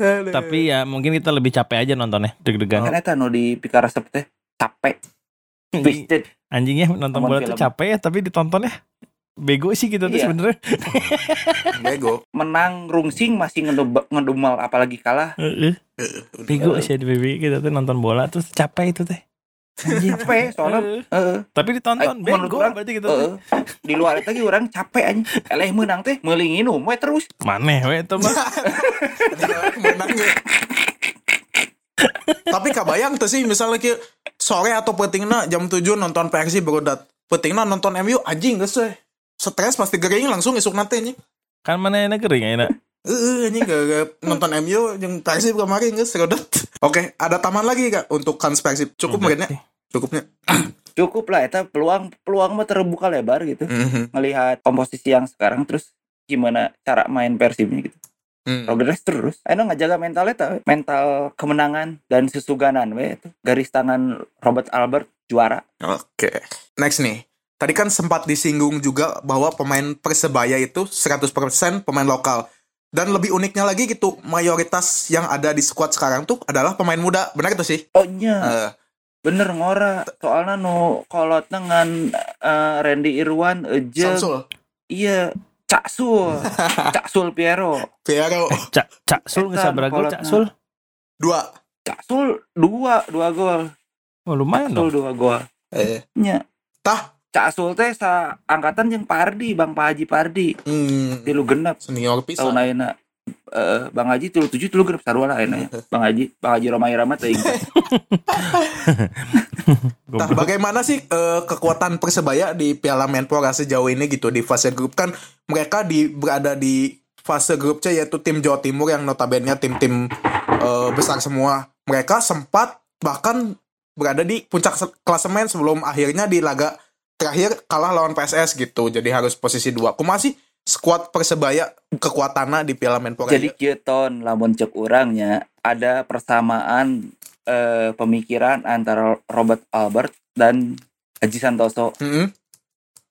S1: Iya.
S2: tapi ya mungkin kita lebih capek aja nontonnya, deg-degan.
S3: kan eta nu di pika resep teh capek
S2: Iya.
S3: twisted
S2: anjingnya nonton
S3: Nonton
S2: bola tuh
S3: film.
S2: capek ya tapi ditontonnya bego sih gitu tuh
S3: Iya.
S2: sebenarnya
S1: bego.
S3: menang rungsing masih ngedub- ngedumel apalagi kalah
S2: Heeh. bego sih di BB kita tuh nonton bola terus capek itu teh Anjing.
S3: capek soalnya
S2: Heeh.
S3: heeh
S2: tapi
S3: Ay,
S2: ditonton
S3: Eh, menurut
S2: bego
S3: orang,
S2: berarti gitu
S3: heeh di luar itu lagi orang capek aja eleh menang teh melingin we terus
S2: maneh we itu mah
S1: Menangnya. Tapi kabayang tuh sih misalnya ki sore atau petingna jam 7 nonton Persib berodat. Petingna nonton MU anjing geus we. Stres pasti gering langsung isuk nanti anjing.
S2: kan mana enak kering enak
S1: Heeh anjing gara-gara nonton MU jeung Persib kemarin geus berodat. Oke, ada taman lagi Kak untuk kans Persib. Cukup mungkin ya? Cukupnya.
S3: cukup lah eta peluang peluang mah terbuka lebar gitu
S1: Mhm.
S3: melihat komposisi yang sekarang terus gimana cara main persibnya gitu
S1: Mhm.
S3: progres terus ayo ngajaga mental eta we. mental kemenangan dan sesuganan we itu garis tangan Robert Albert juara
S1: Oke. Next nih. Tadi kan sempat disinggung juga bahwa pemain Persebaya itu 100% pemain lokal. Dan lebih uniknya lagi gitu, mayoritas yang ada di squad sekarang tuh adalah pemain muda. Benar itu sih?
S3: oh nya
S1: Eh,
S3: bener ngora soalnya nu kolot dengan Randy Irwan Eje
S1: Samsul,
S3: iya Cak Sul Cak Sul Piero
S1: Piero,
S2: Eh, cak cak sul nggak
S3: Eta,
S2: sabar gol
S3: kolotna.
S2: cak sul
S1: dua.
S3: Cak Sul dua dua gol
S2: oh lumayan
S3: Sul
S2: dong
S3: dua gol
S1: Eh,
S3: nya
S1: Tah.
S3: Cak Asul teh sa angkatan jeung Pardi, Bang Pak Haji Pardi.
S1: Hmm,
S3: Tilu genep
S1: senior pisan.
S3: tahun ayeuna. Eh, Bang Haji tilu tujuh tilu genep sarua lah ayeuna. ya. Bang Haji, Bang Haji Romai Rama teh ingat.
S1: Tah,
S2: Goblok.
S1: Nah, bagaimana sih eh, kekuatan Persebaya di Piala Menpora sejauh ini gitu di fase grup kan mereka di berada di fase grup C yaitu tim Jawa Timur yang notabene tim-tim eh, besar semua. Mereka sempat bahkan berada di puncak se- klasemen sebelum akhirnya di laga terakhir kalah lawan PSS gitu. Jadi harus posisi dua. Kumaha sih skuad Persebaya kekuatannya di Piala Menpora?
S3: Jadi kieu ton lamun cek urangnya ada persamaan eh, pemikiran antara Robert Albert dan Haji Santoso
S1: Mm-mm.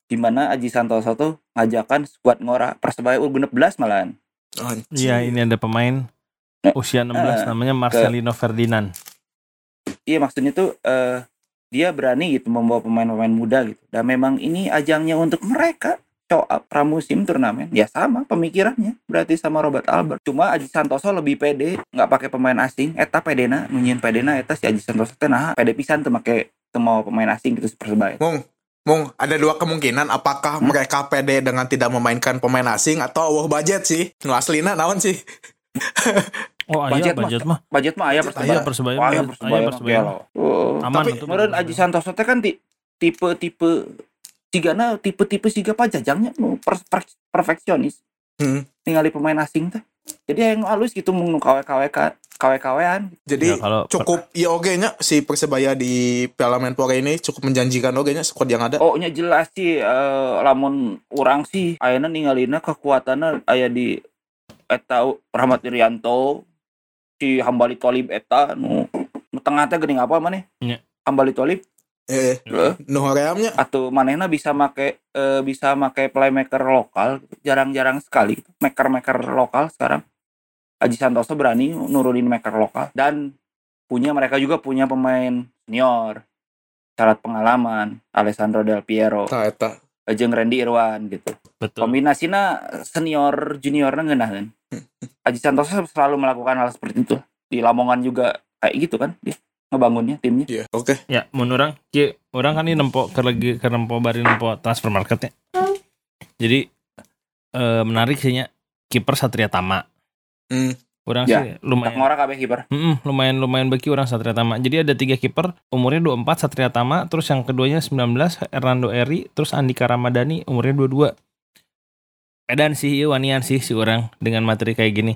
S3: di mana Haji Santoso tuh ngajakan skuad ngora Persebaya U16 malahan.
S1: Anjing.
S2: Iya, ini ada pemain
S3: Eh,
S2: usia 16 namanya Marcelino Ferdinand.
S3: Iya maksudnya tuh eh, dia berani gitu membawa pemain-pemain muda gitu. Dan memang ini ajangnya untuk mereka show up pramusim turnamen. Ya sama pemikirannya berarti sama Robert Albert. Cuma Aji Santoso lebih pede, nggak pakai pemain asing. Eta pedena, nunyin pedena eta si Aji Santoso teh nah pede pisan teu make teu mau pemain asing gitu si Persebaya.
S1: Mung, ada dua kemungkinan apakah
S3: Hmm?
S1: mereka pede dengan tidak memainkan pemain asing atau wah budget sih. Nu aslina naon sih?
S2: Oh, aja
S3: Budget mah.
S2: budget mah.
S3: Budget mah aya
S2: Iya,
S3: Persebaya.
S2: persebaya.
S3: Wah, aya
S2: Aya
S3: Persebaya. mah
S2: persebaya.
S3: gelo. Oh.
S2: Aman
S1: Tapi,
S2: untuk
S3: Meren Aji Santoso teh kan ti- tipe-tipe Cigana tipe-tipe siga pajajangnya nu per- per- perfeksionis.
S1: Hmm.
S3: ningali pemain asing teh. Jadi yang halus gitu mung kawe kawe kawe kawean.
S1: Jadi
S2: Ya, kalau
S1: cukup IOG-nya si Persebaya di Piala Menpora ini cukup menjanjikan OG-nya squad yang ada.
S3: Oh nya jelas sih eh, lamun urang sih ayeuna ningalina kekuatanna aya di eta Rahmat Irianto si Hambali Tolib eta nu nu tengah teh geuning apa maneh?
S2: Nya.
S3: Hambali Tolib
S1: Eh,
S3: heeh.
S1: nu horeamnya
S3: atau manehna bisa make eh, bisa make playmaker lokal jarang-jarang sekali maker-maker lokal sekarang Aji Santoso berani nurunin maker lokal dan punya mereka juga punya pemain senior syarat pengalaman Alessandro Del Piero
S1: eta eta.
S3: jeung Randy Irwan gitu
S2: betul.
S3: kombinasinya senior juniornya ngeunaheun Aji Santoso selalu melakukan hal seperti itu di Lamongan juga kayak gitu kan dia ngebangunnya timnya
S1: Iya, oke.
S2: Ya, mun orang ki orang kan ini nempo ke lagi ke nempo bari nempo transfer marketnya. Jadi eh, menarik sih nya kiper Satria Tama.
S1: Hmm.
S2: Orang
S3: Ya,
S2: sih lumayan
S3: tak ngora kabeh kiper
S2: Mm-mm, lumayan lumayan bagi orang Satria Tama. Jadi ada tiga kiper, umurnya 24 Satria Tama, terus yang keduanya 19 Hernando Eri, terus Andika Ramadhani umurnya 22. Edan sih ieu wanian sih si orang dengan materi kayak gini.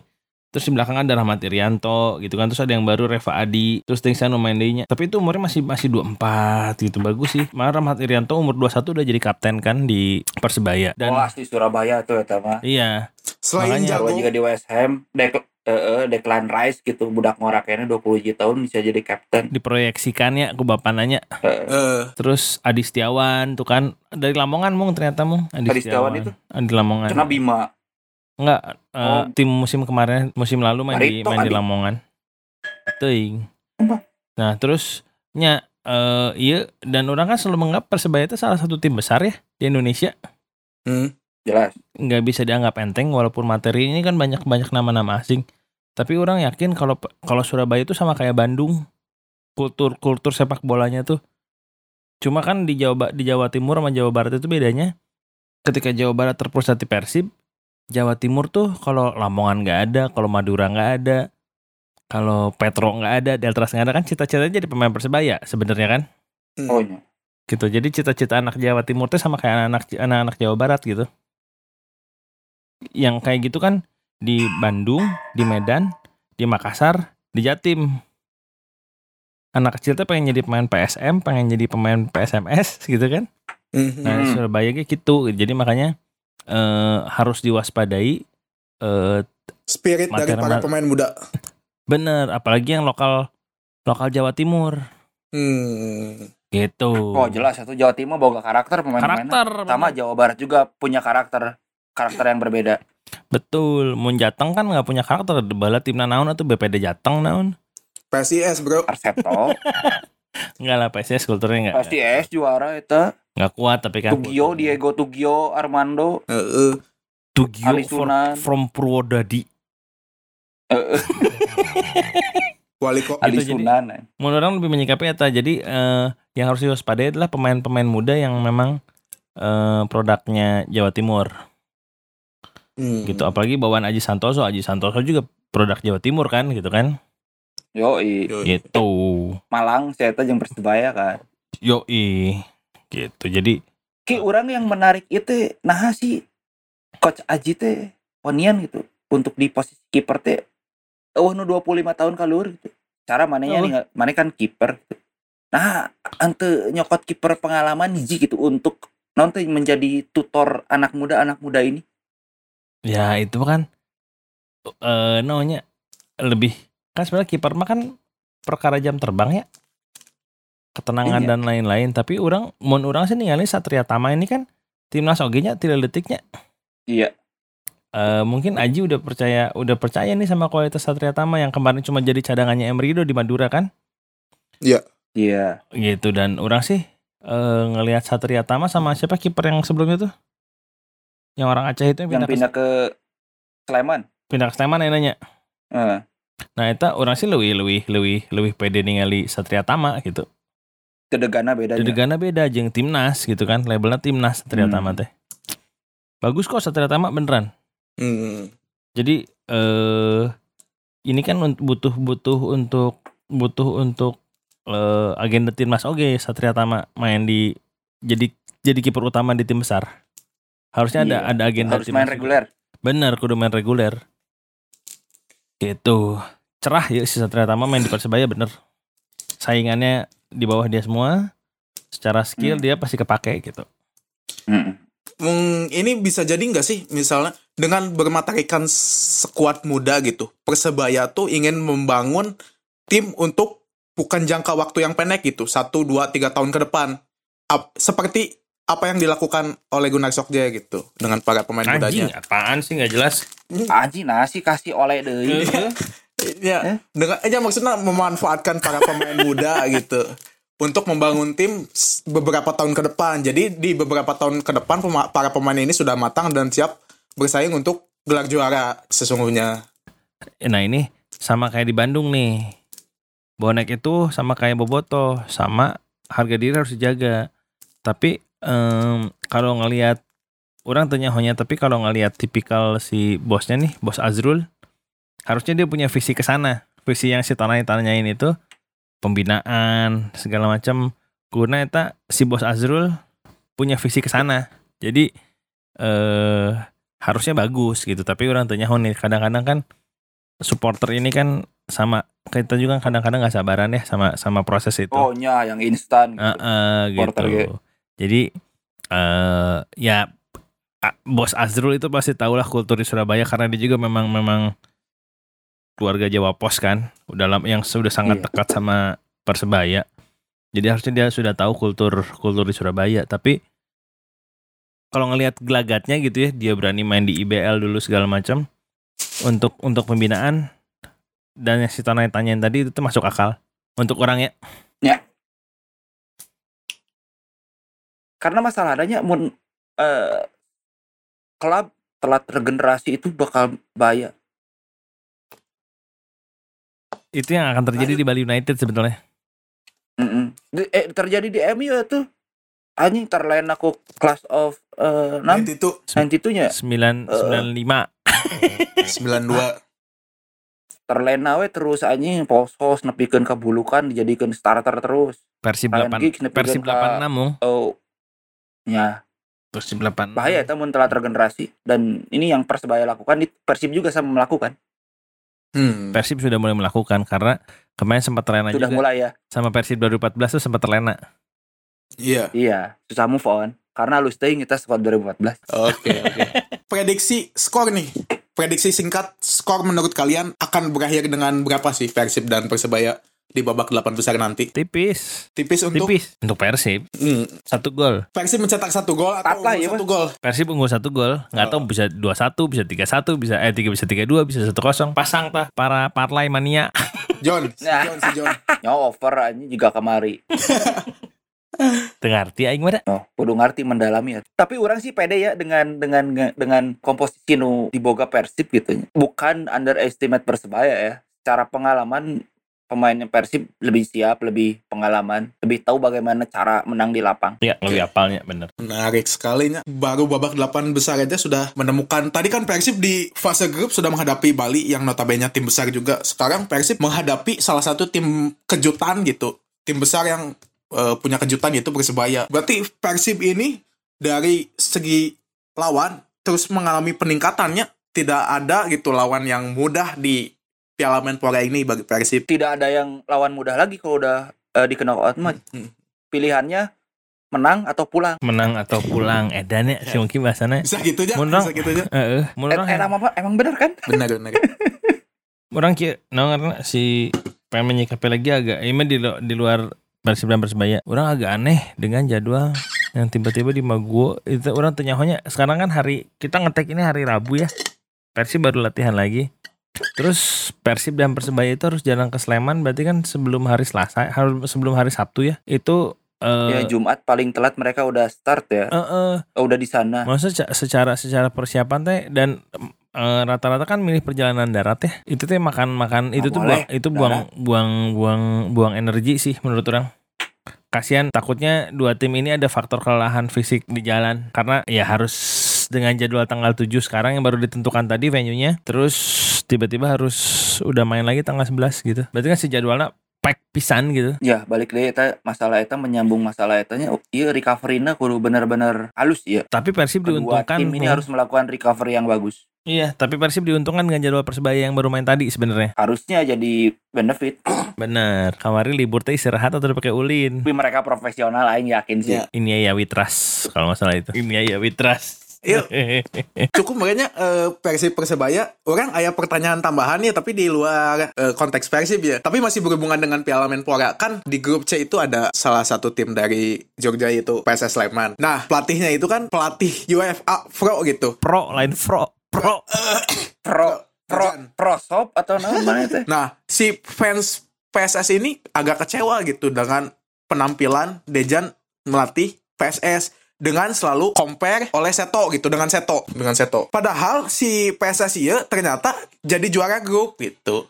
S2: Terus di belakang ada Rahmat Irianto gitu kan. Terus ada yang baru Reva Adi. Terus Tengsan lumayan deinya. Tapi itu umurnya masih masih 24 gitu. Bagus sih. Malah Rahmat Irianto umur 21 udah jadi kapten kan di Persebaya. Dan
S3: oh asli Surabaya tuh ya, eta mah
S2: iya,
S1: Selain
S2: Makanya,
S1: jago,
S3: Jawa juga di West Ham, Dek- eh, eh, Declan Rice gitu, budak ngorak ini 20 tahun bisa jadi kapten.
S2: diproyeksikannya ke bapak nanya
S1: eh,
S2: Terus Adi Setiawan tuh kan dari Lamongan mung ternyata mung Adi,
S3: Adi Setiawan itu?
S2: Adi Lamongan.
S3: Karena Bima,
S2: Enggak eh,
S3: Oh.
S2: tim musim kemarin musim lalu main di
S3: Barito,
S2: main
S3: Adi.
S2: di Lamongan. Teuing.
S3: Apa?
S2: Nah, terus nya eh, iya dan orang kan selalu menganggap Persebaya itu salah satu tim besar ya di Indonesia.
S1: hmm,
S3: jelas.
S2: Nggak bisa dianggap enteng walaupun materi ini kan banyak-banyak nama-nama asing. Tapi orang yakin kalau kalau Surabaya itu sama kayak Bandung. Kultur-kultur sepak bolanya tuh Cuma kan di Jawa Ba- di Jawa Timur sama Jawa Barat itu bedanya. Ketika Jawa Barat terpusat di Persib, Jawa Timur tuh kalau Lamongan nggak ada, kalau Madura nggak ada, kalau Petro nggak ada, Deltras nggak ada kan cita-citanya jadi pemain Persebaya sebenarnya kan.
S3: Oh, iya.
S2: Gitu. Jadi cita-cita anak Jawa Timur tuh sama kayak anak anak Jawa Barat gitu. Yang kayak gitu kan di Bandung, di Medan, di Makassar, di Jatim. Anak kecil tuh pengen jadi pemain PSM, pengen jadi pemain PSMS gitu kan.
S1: hmm,
S2: Nah,
S3: Hmm.
S2: Surabaya kayak gitu. Jadi makanya eh, harus diwaspadai eh
S1: spirit dari
S2: Materi-
S1: para pemain muda.
S2: bener apalagi yang lokal lokal Jawa Timur
S1: Hmm.
S2: gitu.
S3: oh jelas itu Jawa Timur boga karakter pemain-pemainnya.
S2: Karakter
S3: Sama Jawa Barat juga punya karakter karakter yang berbeda.
S2: betul. Mun Jateng kan nggak punya karakter. Debala timna naon atau BPD Jateng naon?
S1: PSIS, Bro.
S3: Arseto,
S2: Enggak lah PSS kulturnya enggak.
S3: pasti S juara itu.
S2: Enggak kuat tapi kan.
S3: Tugio, Diego Tugio, Armando,
S1: Eh, eh.
S2: Tugio
S3: Ali
S2: from,
S3: Sunan.
S2: from Purwodadi.
S1: Wali kok
S2: Itu
S3: Adi
S2: jadi-
S3: Sunan. eh.
S2: Menurut orang lebih menyikapi eta. Jadi eh, yang harus diwaspadai adalah pemain-pemain muda yang memang eh, produknya Jawa Timur
S1: Hmm.
S2: gitu. Apalagi bawaan Aji Santoso, Aji Santoso juga produk Jawa Timur kan gitu kan.
S3: Yoi,
S1: Yoi.
S2: Gitu.
S3: Malang saya teh jeung Persebaya kan.
S2: Yoi. Gitu. Jadi
S3: Ki orang yang menarik itu nah sih coach Aji teh wanian gitu untuk di posisi kiper teh eueuh nu 25 tahun kalur gitu. Cara manehnya
S2: Oh.
S3: nih maneh kan kiper gitu. Nah, ante nyokot kiper pengalaman hiji gitu untuk nanti menjadi tutor anak muda-anak muda ini.
S2: ya itu kan eh namanya lebih kan sebenarnya kiper mah kan perkara jam terbang ya ketenangan
S3: Iya.
S2: dan lain-lain tapi orang mau orang sih ningali Satria Tama ini kan timnas OG-nya tidak detiknya
S3: Iya.
S2: Eh mungkin Aji udah percaya udah percaya nih sama kualitas Satria Tama yang kemarin cuma jadi cadangannya Emrido di Madura kan
S3: Iya.
S2: gitu dan orang sih eh ngelihat Satria Tama sama siapa kiper yang sebelumnya tuh yang orang Aceh itu yang
S3: Yang
S2: pindah,
S3: pindah ke Sleman.
S2: Ke, pindah ke Sleman yang nanya
S3: Heeh.
S2: Nah eta orang sih lebih lebih lebih lebih pede ningali Satria Tama gitu.
S3: Kedegana bedanya.
S2: Dedegana beda jeung timnas gitu kan. Labelnya timnas Satria
S3: Iya. Hmm.
S2: Tama teh. Bagus kok Satria Tama beneran.
S1: Hmm.
S2: Jadi eh ini kan un- butuh butuh untuk butuh untuk eh, agenda timnas oke Satria Tama main di jadi jadi kiper utama di tim besar. Harusnya ada
S3: Iya,
S2: ada agenda
S3: Harus main
S2: timnas. gitu.
S3: reguler.
S2: Bener, kudu main reguler. Gitu. Cerah ya si Satria Tama main di Persebaya bener. Saingannya di bawah dia semua. Secara skill
S3: Hmm.
S2: dia pasti kepake gitu.
S3: Heeh.
S1: Mung- Hmm, ini bisa jadi nggak sih misalnya dengan bermataharikan sekuat muda gitu persebaya tuh ingin membangun tim untuk bukan jangka waktu yang pendek gitu satu dua tiga tahun ke depan Ap- seperti apa yang dilakukan oleh Gunnar Sokja gitu dengan para pemain mudanya
S2: Anjing, apaan sih nggak jelas.
S3: Aji nasi kasih oleh deui. Eh?
S1: ya dengan ya maksudnya memanfaatkan para pemain muda gitu untuk membangun tim s- beberapa tahun ke depan jadi di beberapa tahun ke depan pema- para pemain ini sudah matang dan siap bersaing untuk gelar juara sesungguhnya
S2: Nah ini sama kayak di Bandung nih. Bonek itu sama kayak Boboto. Sama harga diri harus dijaga. Tapi em, kalau ngelihat orang tanya honya tapi kalau ngelihat tipikal si bosnya nih bos Azrul harusnya dia punya visi ke sana visi yang si tanah tanyain itu pembinaan segala macam karena eta si bos Azrul punya visi ke sana jadi eh harusnya bagus gitu tapi orang tanya hon nih kadang-kadang kan supporter ini kan sama kita juga kadang-kadang nggak sabaran ya sama sama proses itu
S3: Oh nya yang instan. gitu.
S2: Heeh,
S3: Porter
S2: gitu. Jadi eh ya a- bos Azrul itu pasti tahulah kultur di Surabaya karena dia juga memang memang keluarga Jawa Pos kan, udah lama yang sudah sangat
S3: Iya.
S2: dekat sama Persebaya. Jadi harusnya dia sudah tahu kultur kultur di Surabaya, tapi kalau ngelihat gelagatnya gitu ya, dia berani main di IBL dulu segala macam untuk untuk pembinaan dan yang si Tanai tanyain tadi itu tuh masuk akal untuk orang ya.
S3: karena masalah adanya mun eh, klub telat regenerasi itu bakal bahaya
S2: itu yang akan terjadi
S3: Nah,
S2: di Bali United sebetulnya.
S3: Mm-mm. Di- eh, terjadi di MU tuh anjing terlena aku class of eh,
S1: nah,
S3: 6
S1: itu
S3: 92 nya
S2: 9
S3: Eh,
S2: 95.
S1: 92
S3: terlena we terus anjing pos-pos nepikeun kabulukan dijadikan starter terus
S2: Persib
S3: Ryan
S2: 8
S3: Giggs nepikeun
S2: Persib
S3: ka-
S2: 86 mung.
S3: oh ya
S2: Persib 86.
S3: bahaya itu mun telat regenerasi dan ini yang persebaya lakukan di persib juga sama melakukan
S1: hmm.
S2: Persib sudah mulai melakukan karena kemarin sempat terlena
S3: sudah
S2: juga
S3: mulai ya
S2: sama Persib 2014 tuh sempat terlena.
S1: iya
S3: iya susah move on karena lu stay kita squad 2014
S1: oke oke prediksi skor nih prediksi singkat skor menurut kalian akan berakhir dengan berapa sih Persib dan Persebaya di babak 8 besar nanti
S2: Tipis.
S1: tipis untuk
S2: Tipis untuk Persib.
S1: Hmm,
S2: Satu gol.
S1: Persib mencetak satu gol atau
S3: Empat lah,
S1: unggul
S3: ya,
S1: satu gol
S2: Persib unggul satu gol, nggak
S3: Oh.
S2: tahu bisa 2-1, bisa 3-1, bisa eh 3 bisa 3-2, bisa 1-0. Pasang tah para parlay mania. Ah,
S1: John si
S3: Nah.
S1: John si John
S3: Ya over anjing juga kemari.
S2: Dengar ti aing mah. da.
S3: Oh, kudu ngerti mendalami ya. Tapi orang sih pede ya dengan dengan dengan komposisi nu diboga Persib gitu. Bukan underestimate Persebaya ya. Secara ya. pengalaman pemain yang Persib lebih siap, lebih pengalaman, lebih tahu bagaimana cara menang di lapang.
S2: Iya, lebih apalnya bener.
S1: Menarik sekalinya. Baru babak 8 besar aja sudah menemukan. Tadi kan Persib di fase grup sudah menghadapi Bali yang notabene tim besar juga. Sekarang Persib menghadapi salah satu tim kejutan gitu. Tim besar yang eh, punya kejutan yaitu Persebaya. Berarti Persib ini dari segi lawan terus mengalami peningkatannya. Tidak ada gitu lawan yang mudah di Piala Menpora ini bagi Persib.
S3: Tidak ada yang lawan mudah lagi kalau udah eh, di knockout mah
S1: Hmm.
S3: pilihannya menang atau pulang.
S2: Menang atau pulang
S3: Iya.
S2: edannya si mungkin bahasannya.
S1: Bisa gitu aja,
S2: Menang.
S1: bisa gitu aja.
S3: Eh,
S2: Heeh, ya. menurang
S3: emang, emang bener kan?
S1: Benar, benar.
S2: orang kia no karena si pengen menyikapi lagi agak ini di, lu- di luar Persib dan Persebaya orang agak aneh dengan jadwal yang tiba-tiba di Maguwo itu orang tenyahonya sekarang kan hari kita ngetek ini hari Rabu ya Persib baru latihan lagi terus Persib dan Persebaya itu harus jalan ke Sleman berarti kan sebelum hari Selasa harus sebelum hari Sabtu ya itu
S3: Ya
S2: eh
S3: Jumat paling telat mereka udah start ya,
S2: eh, eh,
S3: Oh, udah di sana.
S2: Maksudnya seca- secara secara persiapan teh dan em, eh, rata-rata kan milih perjalanan darat ya. Itu teh makan-makan
S3: Nggak
S2: itu tuh
S3: boleh,
S2: buang, itu buang buang buang buang energi sih menurut orang. Kasihan takutnya dua tim ini ada faktor kelelahan fisik di jalan karena ya harus dengan jadwal tanggal 7 sekarang yang baru ditentukan tadi venue-nya. Terus tiba-tiba harus udah main lagi tanggal 11 gitu. Berarti kan si jadwalnya pack pisan gitu.
S3: Ya balik deh eta masalah eta menyambung masalah etanya iya recovery-na kudu bener-bener halus ya.
S2: Tapi Persib
S3: Kedua
S2: diuntungkan
S3: tim ini
S2: Bung.
S3: harus melakukan recovery yang bagus.
S2: Iya, tapi Persib diuntungkan dengan jadwal Persebaya yang baru main tadi sebenarnya.
S3: Harusnya jadi benefit.
S2: Bener, kemarin libur teh istirahat atau pakai ulin.
S3: Tapi mereka profesional aing yakin sih.
S1: Ya.
S2: Ini ya Witras kalau nggak salah itu. Ini ya Witras.
S1: Yuk. cukup makanya eh, Persib Persebaya orang ayah pertanyaan tambahan ya tapi di luar eh, konteks Persib ya tapi masih berhubungan dengan Piala Menpora kan di grup C itu ada salah satu tim dari Jogja itu PSS Sleman nah pelatihnya itu kan pelatih UFA Pro gitu
S2: pro lain pro pro.
S3: Pro pro
S1: Kerjaan.
S3: prosop atau namanya teh.
S1: nah si fans PSS ini agak kecewa gitu dengan penampilan Dejan melatih PSS dengan selalu compare oleh Seto gitu dengan Seto dengan Seto. Padahal si PSS ieu iya ternyata jadi juara grup gitu.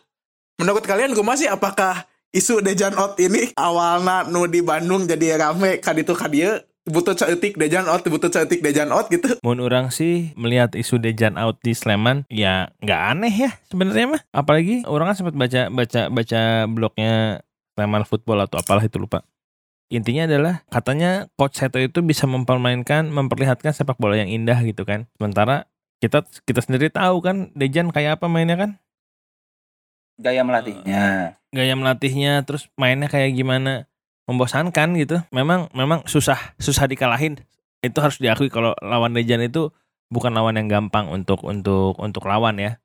S1: Menurut kalian gue masih apakah isu Dejan Out ini awalnya nu di Bandung jadi rame kaditu kadieu butuh cetik Dejan Out butuh cetik Dejan Out gitu.
S2: Mun orang sih melihat isu Dejan out di Sleman, ya nggak aneh ya sebenarnya mah. Apalagi orang kan sempat baca baca baca blognya Sleman Football atau apalah itu lupa. Intinya adalah katanya coach Seto itu bisa mempermainkan, memperlihatkan sepak bola yang indah gitu kan. Sementara kita kita sendiri tahu kan Dejan kayak apa mainnya kan.
S3: Gaya melatihnya.
S2: gaya melatihnya terus mainnya kayak gimana membosankan gitu memang memang susah susah dikalahin itu harus diakui kalau lawan Dejan itu bukan lawan yang gampang untuk untuk untuk lawan ya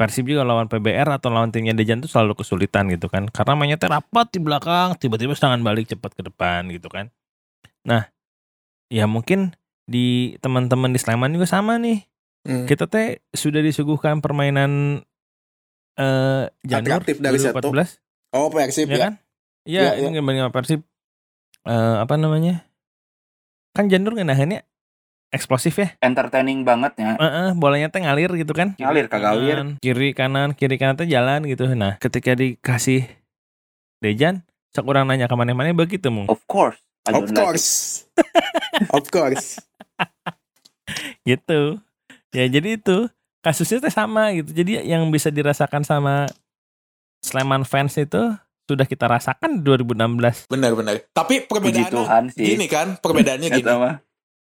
S2: Persib juga lawan PBR atau lawan timnya Dejan tuh selalu kesulitan gitu kan karena mainnya teh rapat di belakang tiba-tiba serangan balik cepat ke depan gitu kan nah ya mungkin di teman-teman di Sleman juga sama nih kita teh sudah disuguhkan permainan eh Janur
S1: Atraktif dari Seto.
S2: 2014
S1: Oh Persib
S2: ya kan? Iya,
S1: Iya,
S2: ini ngebanding sama Persib. Eh, apa namanya? Kan Janur ngenahannya eksplosif ya.
S3: Entertaining banget ya.
S2: Eh, eh, bolanya teh ngalir gitu kan.
S3: Ngalir, kagalir.
S2: Kanan, Kiri kanan, kiri kanan teh jalan gitu. Nah, ketika dikasih Dejan, sok orang nanya ke mana-mana begitu mung.
S3: Of course. I
S1: Of
S3: don't like it.
S1: course. of course.
S2: Gitu. Ya jadi itu kasusnya teh sama gitu. Jadi yang bisa dirasakan sama Sleman fans itu sudah kita rasakan 2016.
S1: Benar-benar. Tapi
S3: Puji
S1: perbedaannya
S3: Tuhan sih.
S1: gini kan, perbedaannya gini.
S3: Eta mah.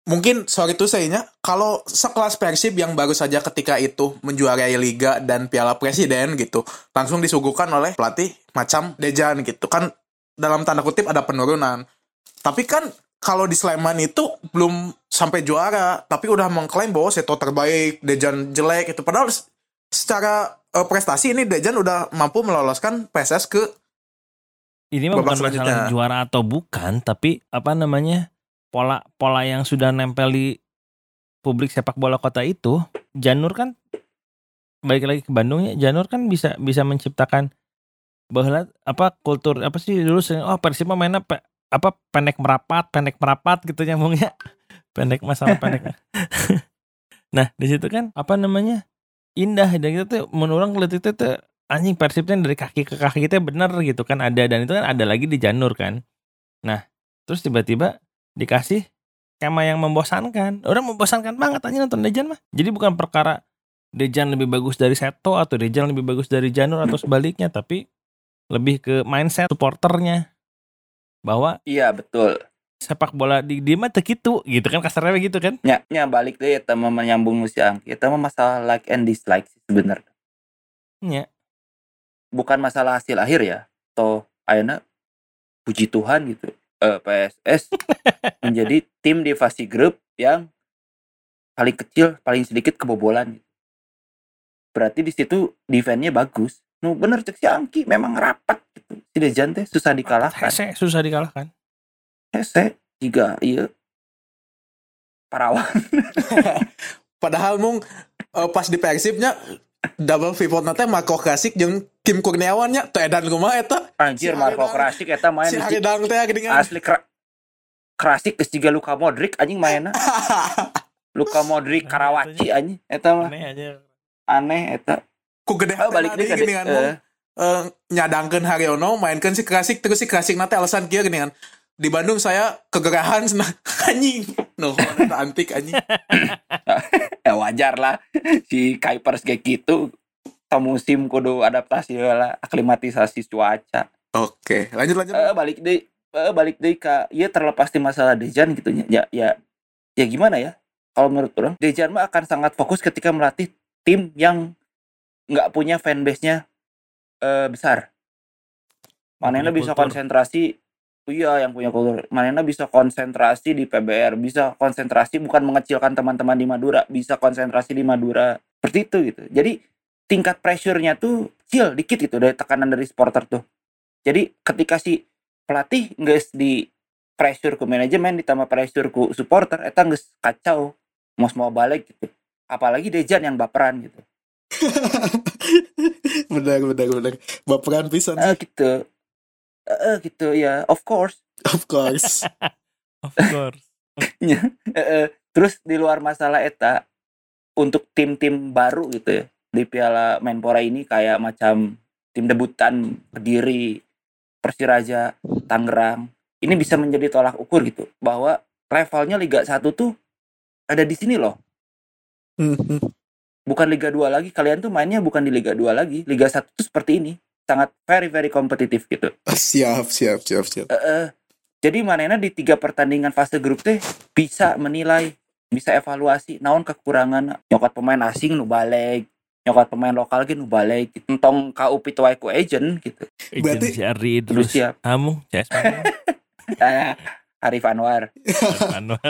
S1: Mungkin sorry itu sayanya, kalau sekelas Persib yang baru saja ketika itu menjuarai Liga dan Piala Presiden gitu, langsung disuguhkan oleh pelatih macam Dejan gitu kan dalam tanda kutip ada penurunan. Tapi kan kalau di Sleman itu belum sampai juara, tapi udah mengklaim bahwa Seto terbaik, Dejan jelek itu. Padahal s- secara eh, prestasi ini Dejan udah mampu meloloskan PSS ke
S2: ini mah
S1: Babak
S2: bukan
S1: selanjutnya.
S2: masalah juara atau bukan tapi apa namanya pola pola yang sudah nempel di publik sepak bola kota itu Janur kan balik lagi ke Bandung ya Janur kan bisa bisa menciptakan bahwa apa kultur apa sih dulu sering oh Persib mah mainnya pe- apa pendek merapat pendek merapat gitu nyambungnya pendek masalah pendek nah di situ kan apa namanya indah dan kita tuh menurut orang kelihatan itu tuh anjing persipnya dari kaki ke kaki kita bener gitu kan ada dan itu kan ada lagi di janur kan nah terus tiba-tiba dikasih skema yang membosankan orang membosankan banget anjing nonton Dejan mah jadi bukan perkara Dejan lebih bagus dari Seto atau Dejan lebih bagus dari Janur atau sebaliknya tapi lebih ke mindset supporternya bahwa
S3: Iya betul.
S2: sepak bola di dia mah teu kitu gitu kan kasarnya gitu kan
S3: Nya, nya balik deh ya teman menyambung si Angki. Itu mah masalah like and dislike sih sebenarnya.
S2: Nya.
S3: Bukan masalah hasil akhir ya. Toh ayeuna puji Tuhan gitu. Eh, PSS menjadi tim di fase grup yang paling kecil, paling sedikit kebobolan. Berarti di situ defense-nya bagus. Nu bener cek si Angki memang rapat gitu. Si Dejan teh susah dikalahkan.
S2: Hese, susah dikalahkan
S3: Hese jika iya Parawan.
S1: Padahal mung eh, pas di Persibnya double pivot nanti Marco Kasik jeung Kim Kurniawan nya teu edan kumaha eta?
S3: Anjir
S1: Si
S3: Marco
S1: Haridang-
S3: Krasik eta main
S1: Si
S3: di-
S1: Haridang teh kan." geuningan.
S3: asli kera- Krasik geus jiga Luka Modric anjing mainna. Luka Modric Karawaci anjing eta mah
S2: aneh aja
S3: aneh eta.
S1: Ku gede
S3: Oh, balik
S1: tadi
S3: deui ka
S1: geuningan kan, mung.
S3: eh,
S1: eh, nyadangkan Haryono mainkan si Krasik terus si Krasik nanti alasan kia gini kan di Bandung saya kegerahan senang anjing no eta antik anjing
S3: ya eh, wajar lah si Kuipers kayak gitu musim kudu adaptasi lah aklimatisasi cuaca.
S1: oke lanjut lanjut
S3: Eh balik deh eh, balik deh ke ya terlepas di masalah Dejan gitu ya ya ya, ya gimana ya kalau menurut orang Dejan mah akan sangat fokus ketika melatih tim yang nggak punya fanbase nya eh, besar manena
S2: Nggak punya
S3: bisa
S2: kultur.
S3: konsentrasi iya yang punya kultur manena bisa konsentrasi di PBR bisa konsentrasi bukan mengecilkan teman-teman di Madura bisa konsentrasi di Madura seperti itu gitu jadi tingkat pressure-nya tuh kecil dikit gitu dari tekanan dari supporter tuh jadi ketika si pelatih nggak di pressure ke manajemen ditambah pressure ke supporter eta nggak kacau mau mau balik gitu apalagi Dejan yang baperan gitu
S1: benar benar benar baperan pisan
S3: eh gitu eh eh, gitu ya of course
S1: of course
S2: of course
S3: Eh, eh. terus di luar masalah eta untuk tim-tim baru gitu ya di Piala Menpora ini kayak macam tim debutan Kediri, Persiraja, Tangerang. Ini bisa menjadi tolak ukur gitu bahwa levelnya Liga 1 tuh ada di sini loh.
S1: Mhm.
S3: Bukan Liga 2 lagi, kalian tuh mainnya bukan di Liga 2 lagi. Liga 1 tuh seperti ini, sangat very very kompetitif gitu.
S1: siap siap siap siap
S3: Eh, eh. jadi manena di tiga pertandingan fase grup teh bisa menilai, bisa evaluasi naon kekurangan nyokot pemain asing nu balik, nyokot pemain lokal ge nu balik, gitu. entong kaupit wae ku agent gitu.
S1: Berarti-
S2: Ijen si Ardi
S3: Terus
S2: Idrus
S3: siap
S2: Amung CS Manung,
S3: eh, Arif Anwar.
S2: CS Manung.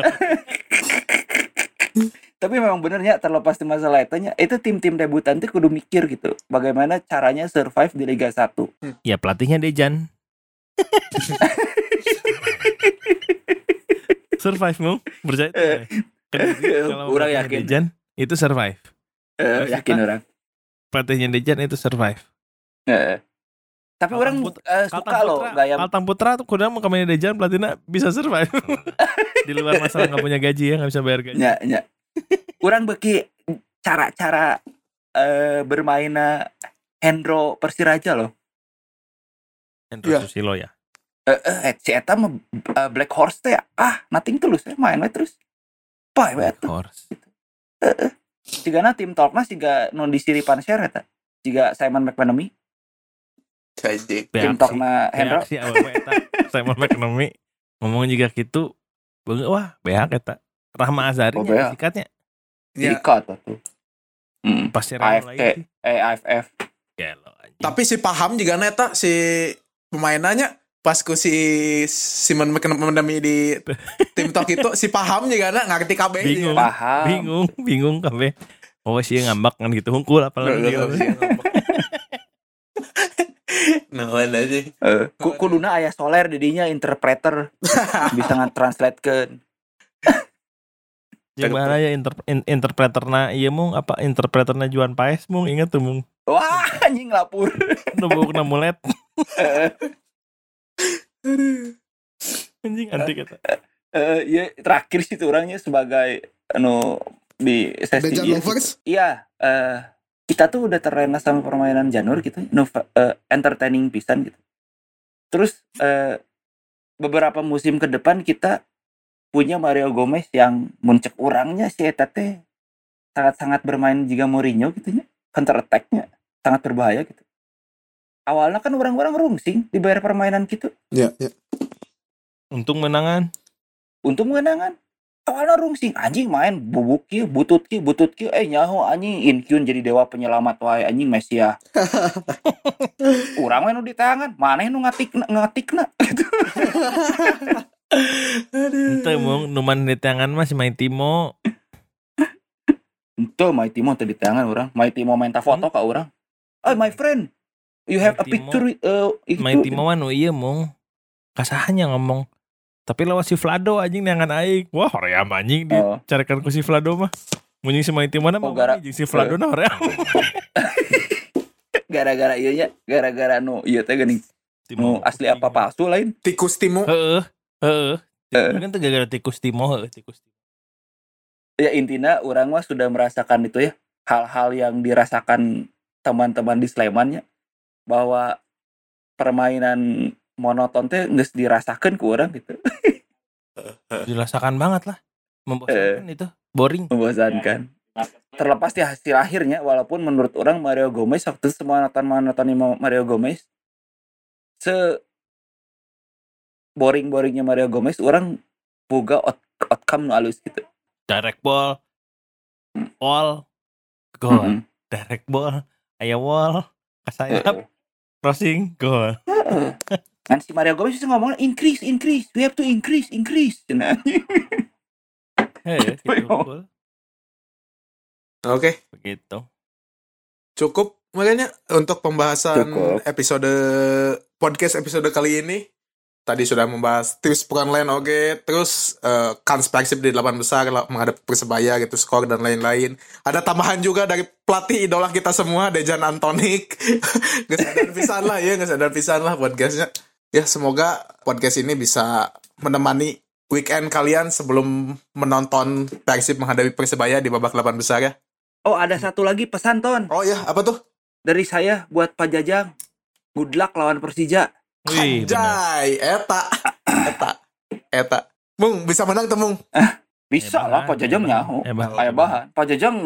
S3: Tapi memang benernya terlepas di masalah itu nya, itu tim-tim debutan tuh kudu mikir gitu, bagaimana caranya survive di Liga 1.
S2: ya pelatihnya Dejan survive mung percaya
S3: Eh.
S2: Kediri, kalau
S3: Orang
S2: pelatihnya
S3: yakin.
S2: Dejan itu survive
S3: Eh, yakin orang.
S2: pelatihnya Dejan itu survive
S3: Eh, eh. Tapi
S2: Kaltang
S3: orang
S2: Putra-
S3: eh, suka loh
S2: Putra,
S3: gaya
S2: Kaltang Putra tuh kuda mau kemana Dejan pelatihnya bisa survive di luar masalah nggak punya gaji ya nggak bisa bayar gaji
S3: nya nya kurang beki cara-cara eh bermainnya Hendro Persiraja loh
S2: Hendro
S1: Iya.
S2: Susilo ya
S3: eh eh, si eta mah eh, Black Horse teh ah nothing tulus eh, main we terus pae we
S2: Black
S3: atuh
S2: Horse
S3: jigana tim Tolkmas juga non disiripan share eta jika Simon McManamy
S1: Kajik.
S3: tim
S2: Beaksi
S3: Tolkmas Hendro
S2: Beaksi awalnya eta saya mau ekonomi ngomong juga gitu Bang, wah behak eta Rahma Azari
S3: Oh,
S2: nya
S3: beak.
S2: sikatnya
S1: Ya,
S3: diikat waktu Hmm.
S2: pasti
S3: AFK.
S2: Rahma lagi sih
S3: eh AFF
S2: ya lo anjing.
S1: tapi si paham juga neta si pemainannya pas ku si Simon McNamee di tim talk itu si paham juga na ngerti KB
S2: Bingung.
S3: paham
S2: bingung bingung kabe oh sih ngambak kan gitu hungkul apalagi
S1: Loh, loh,
S2: gitu.
S1: Nah, lain aja.
S3: Eh, ku, kuduna ayah Soler didinya interpreter bisa nge-translate ke
S2: gimana ya inter, in- interpreterna iya mung apa interpreterna Juan Paes mung inget tuh mung
S3: wah anjing lapur
S2: nembok na mulet
S3: Eh,
S2: anjing antik eta
S3: Eh, iya terakhir sih itu orangnya sebagai anu di sesi
S1: Dejan
S3: iya,
S1: Lovers?
S3: Iya, eh kita tuh udah terlena sama permainan janur gitu nova- eh, entertaining pisan gitu terus eh, beberapa musim ke depan kita punya Mario Gomez yang muncul orangnya si Eta teh sangat-sangat bermain jika Mourinho gitu nya counter attack-nya sangat berbahaya gitu awalnya kan orang-orang rungsing dibayar permainan gitu
S4: Ya, ya.
S2: Untung menangan.
S3: untuk mengenangan awalnya rungsing anjing main bubuk kieu butut kieu butut kieu eh nyaho anjing inkyun jadi dewa penyelamat wae anjing Mesia urang mah nu di tangan maneh nu ngatikna ngatikna
S2: Itu mong numan di tangan masih main Timo.
S3: Itu Mighty Mo tadi tangan orang. Mighty Mo minta foto ka orang. Oh my friend, you have a
S2: Mighty Mo.
S3: picture uh, itu.
S2: Main Timo mah nu iya mong. Kasahannya ngomong. Tapi lawas si Vlado anjing neangan aing. Wah, hoream anjing dia.
S3: Oh,
S2: Carikan ku si Vlado mah. Munjing si main Timo mah
S3: Oh, gara-
S2: si Vlado na hoream.
S3: gara-gara iya nya, gara-gara nu ieu teh geuning. Nu asli apa palsu lain.
S1: tikus timu
S2: Heeh. Heeh.
S3: Heeh.
S2: Kan tuh gara-gara tikus Timo, heeh, tikus Timo.
S3: Ya intinya orang mah sudah merasakan itu ya, hal-hal yang dirasakan teman-teman di Sleman ya bahwa permainan monoton teh geus dirasakan ku orang gitu.
S2: Dirasakan banget lah. Membosankan itu. Boring.
S3: Hmm. Membosankan. Terlepas di hasil akhirnya, walaupun menurut orang Mario Gomez waktu semua nonton-nonton Mario Gomez se boring-boringnya Mario Gomez orang boga out- outcome nu alus gitu.
S2: direct ball,
S3: Hmm.
S2: wall, gol,
S3: Mm-mm.
S2: direct ball, aya wall, ke sayap, crossing, gol.
S3: Heeh. Kan si Mario Gomez bisa ngomong increase, increase, we have to increase, increase. Nah,
S2: Heh,
S3: Betul.
S2: gitu, gol.
S1: oke
S2: Begitu.
S1: cukup makanya untuk pembahasan
S3: Cukup.
S1: episode podcast episode kali ini tadi sudah membahas tips online oke terus eh, Persib di delapan besar lah, menghadap persebaya gitu skor dan lain-lain ada tambahan juga dari pelatih idola kita semua Dejan Antonik nggak sadar pisan lah ya nggak sadar pisan lah podcastnya ya semoga podcast ini bisa menemani weekend kalian sebelum menonton Persib menghadapi persebaya di babak delapan besar ya
S3: Oh, ada satu lagi pesan Ton
S1: oh ya apa tuh
S3: dari saya buat Pak Jajang. Good luck lawan Persija.
S2: Wih, benar.
S1: Anjay, Eh, eta, eta, eta. Eh, Mung bisa menang tuh Mung.
S3: Bisa
S2: Hebat,
S3: lah Pak Jajang
S2: hebat,
S3: nyaho.
S2: hebat.
S3: Kayak bahan. Pak Jajang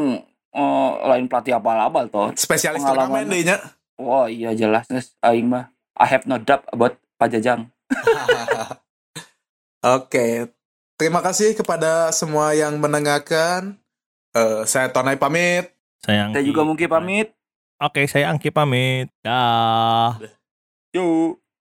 S3: eh, lain pelatih abal-abal toh.
S1: Spesialis
S3: Pengalaman.
S1: turnamen deh nya.
S3: Wah iya jelas Nes. aing mah I have no doubt about Pak Jajang.
S1: Oke. Terima kasih kepada semua yang mendengarkan. Eh, saya Tonai pamit.
S2: Saya
S3: Saya
S2: Angki
S3: juga mungkin pamit.
S2: Oke, saya Angki pamit. Dah.
S3: Yuk.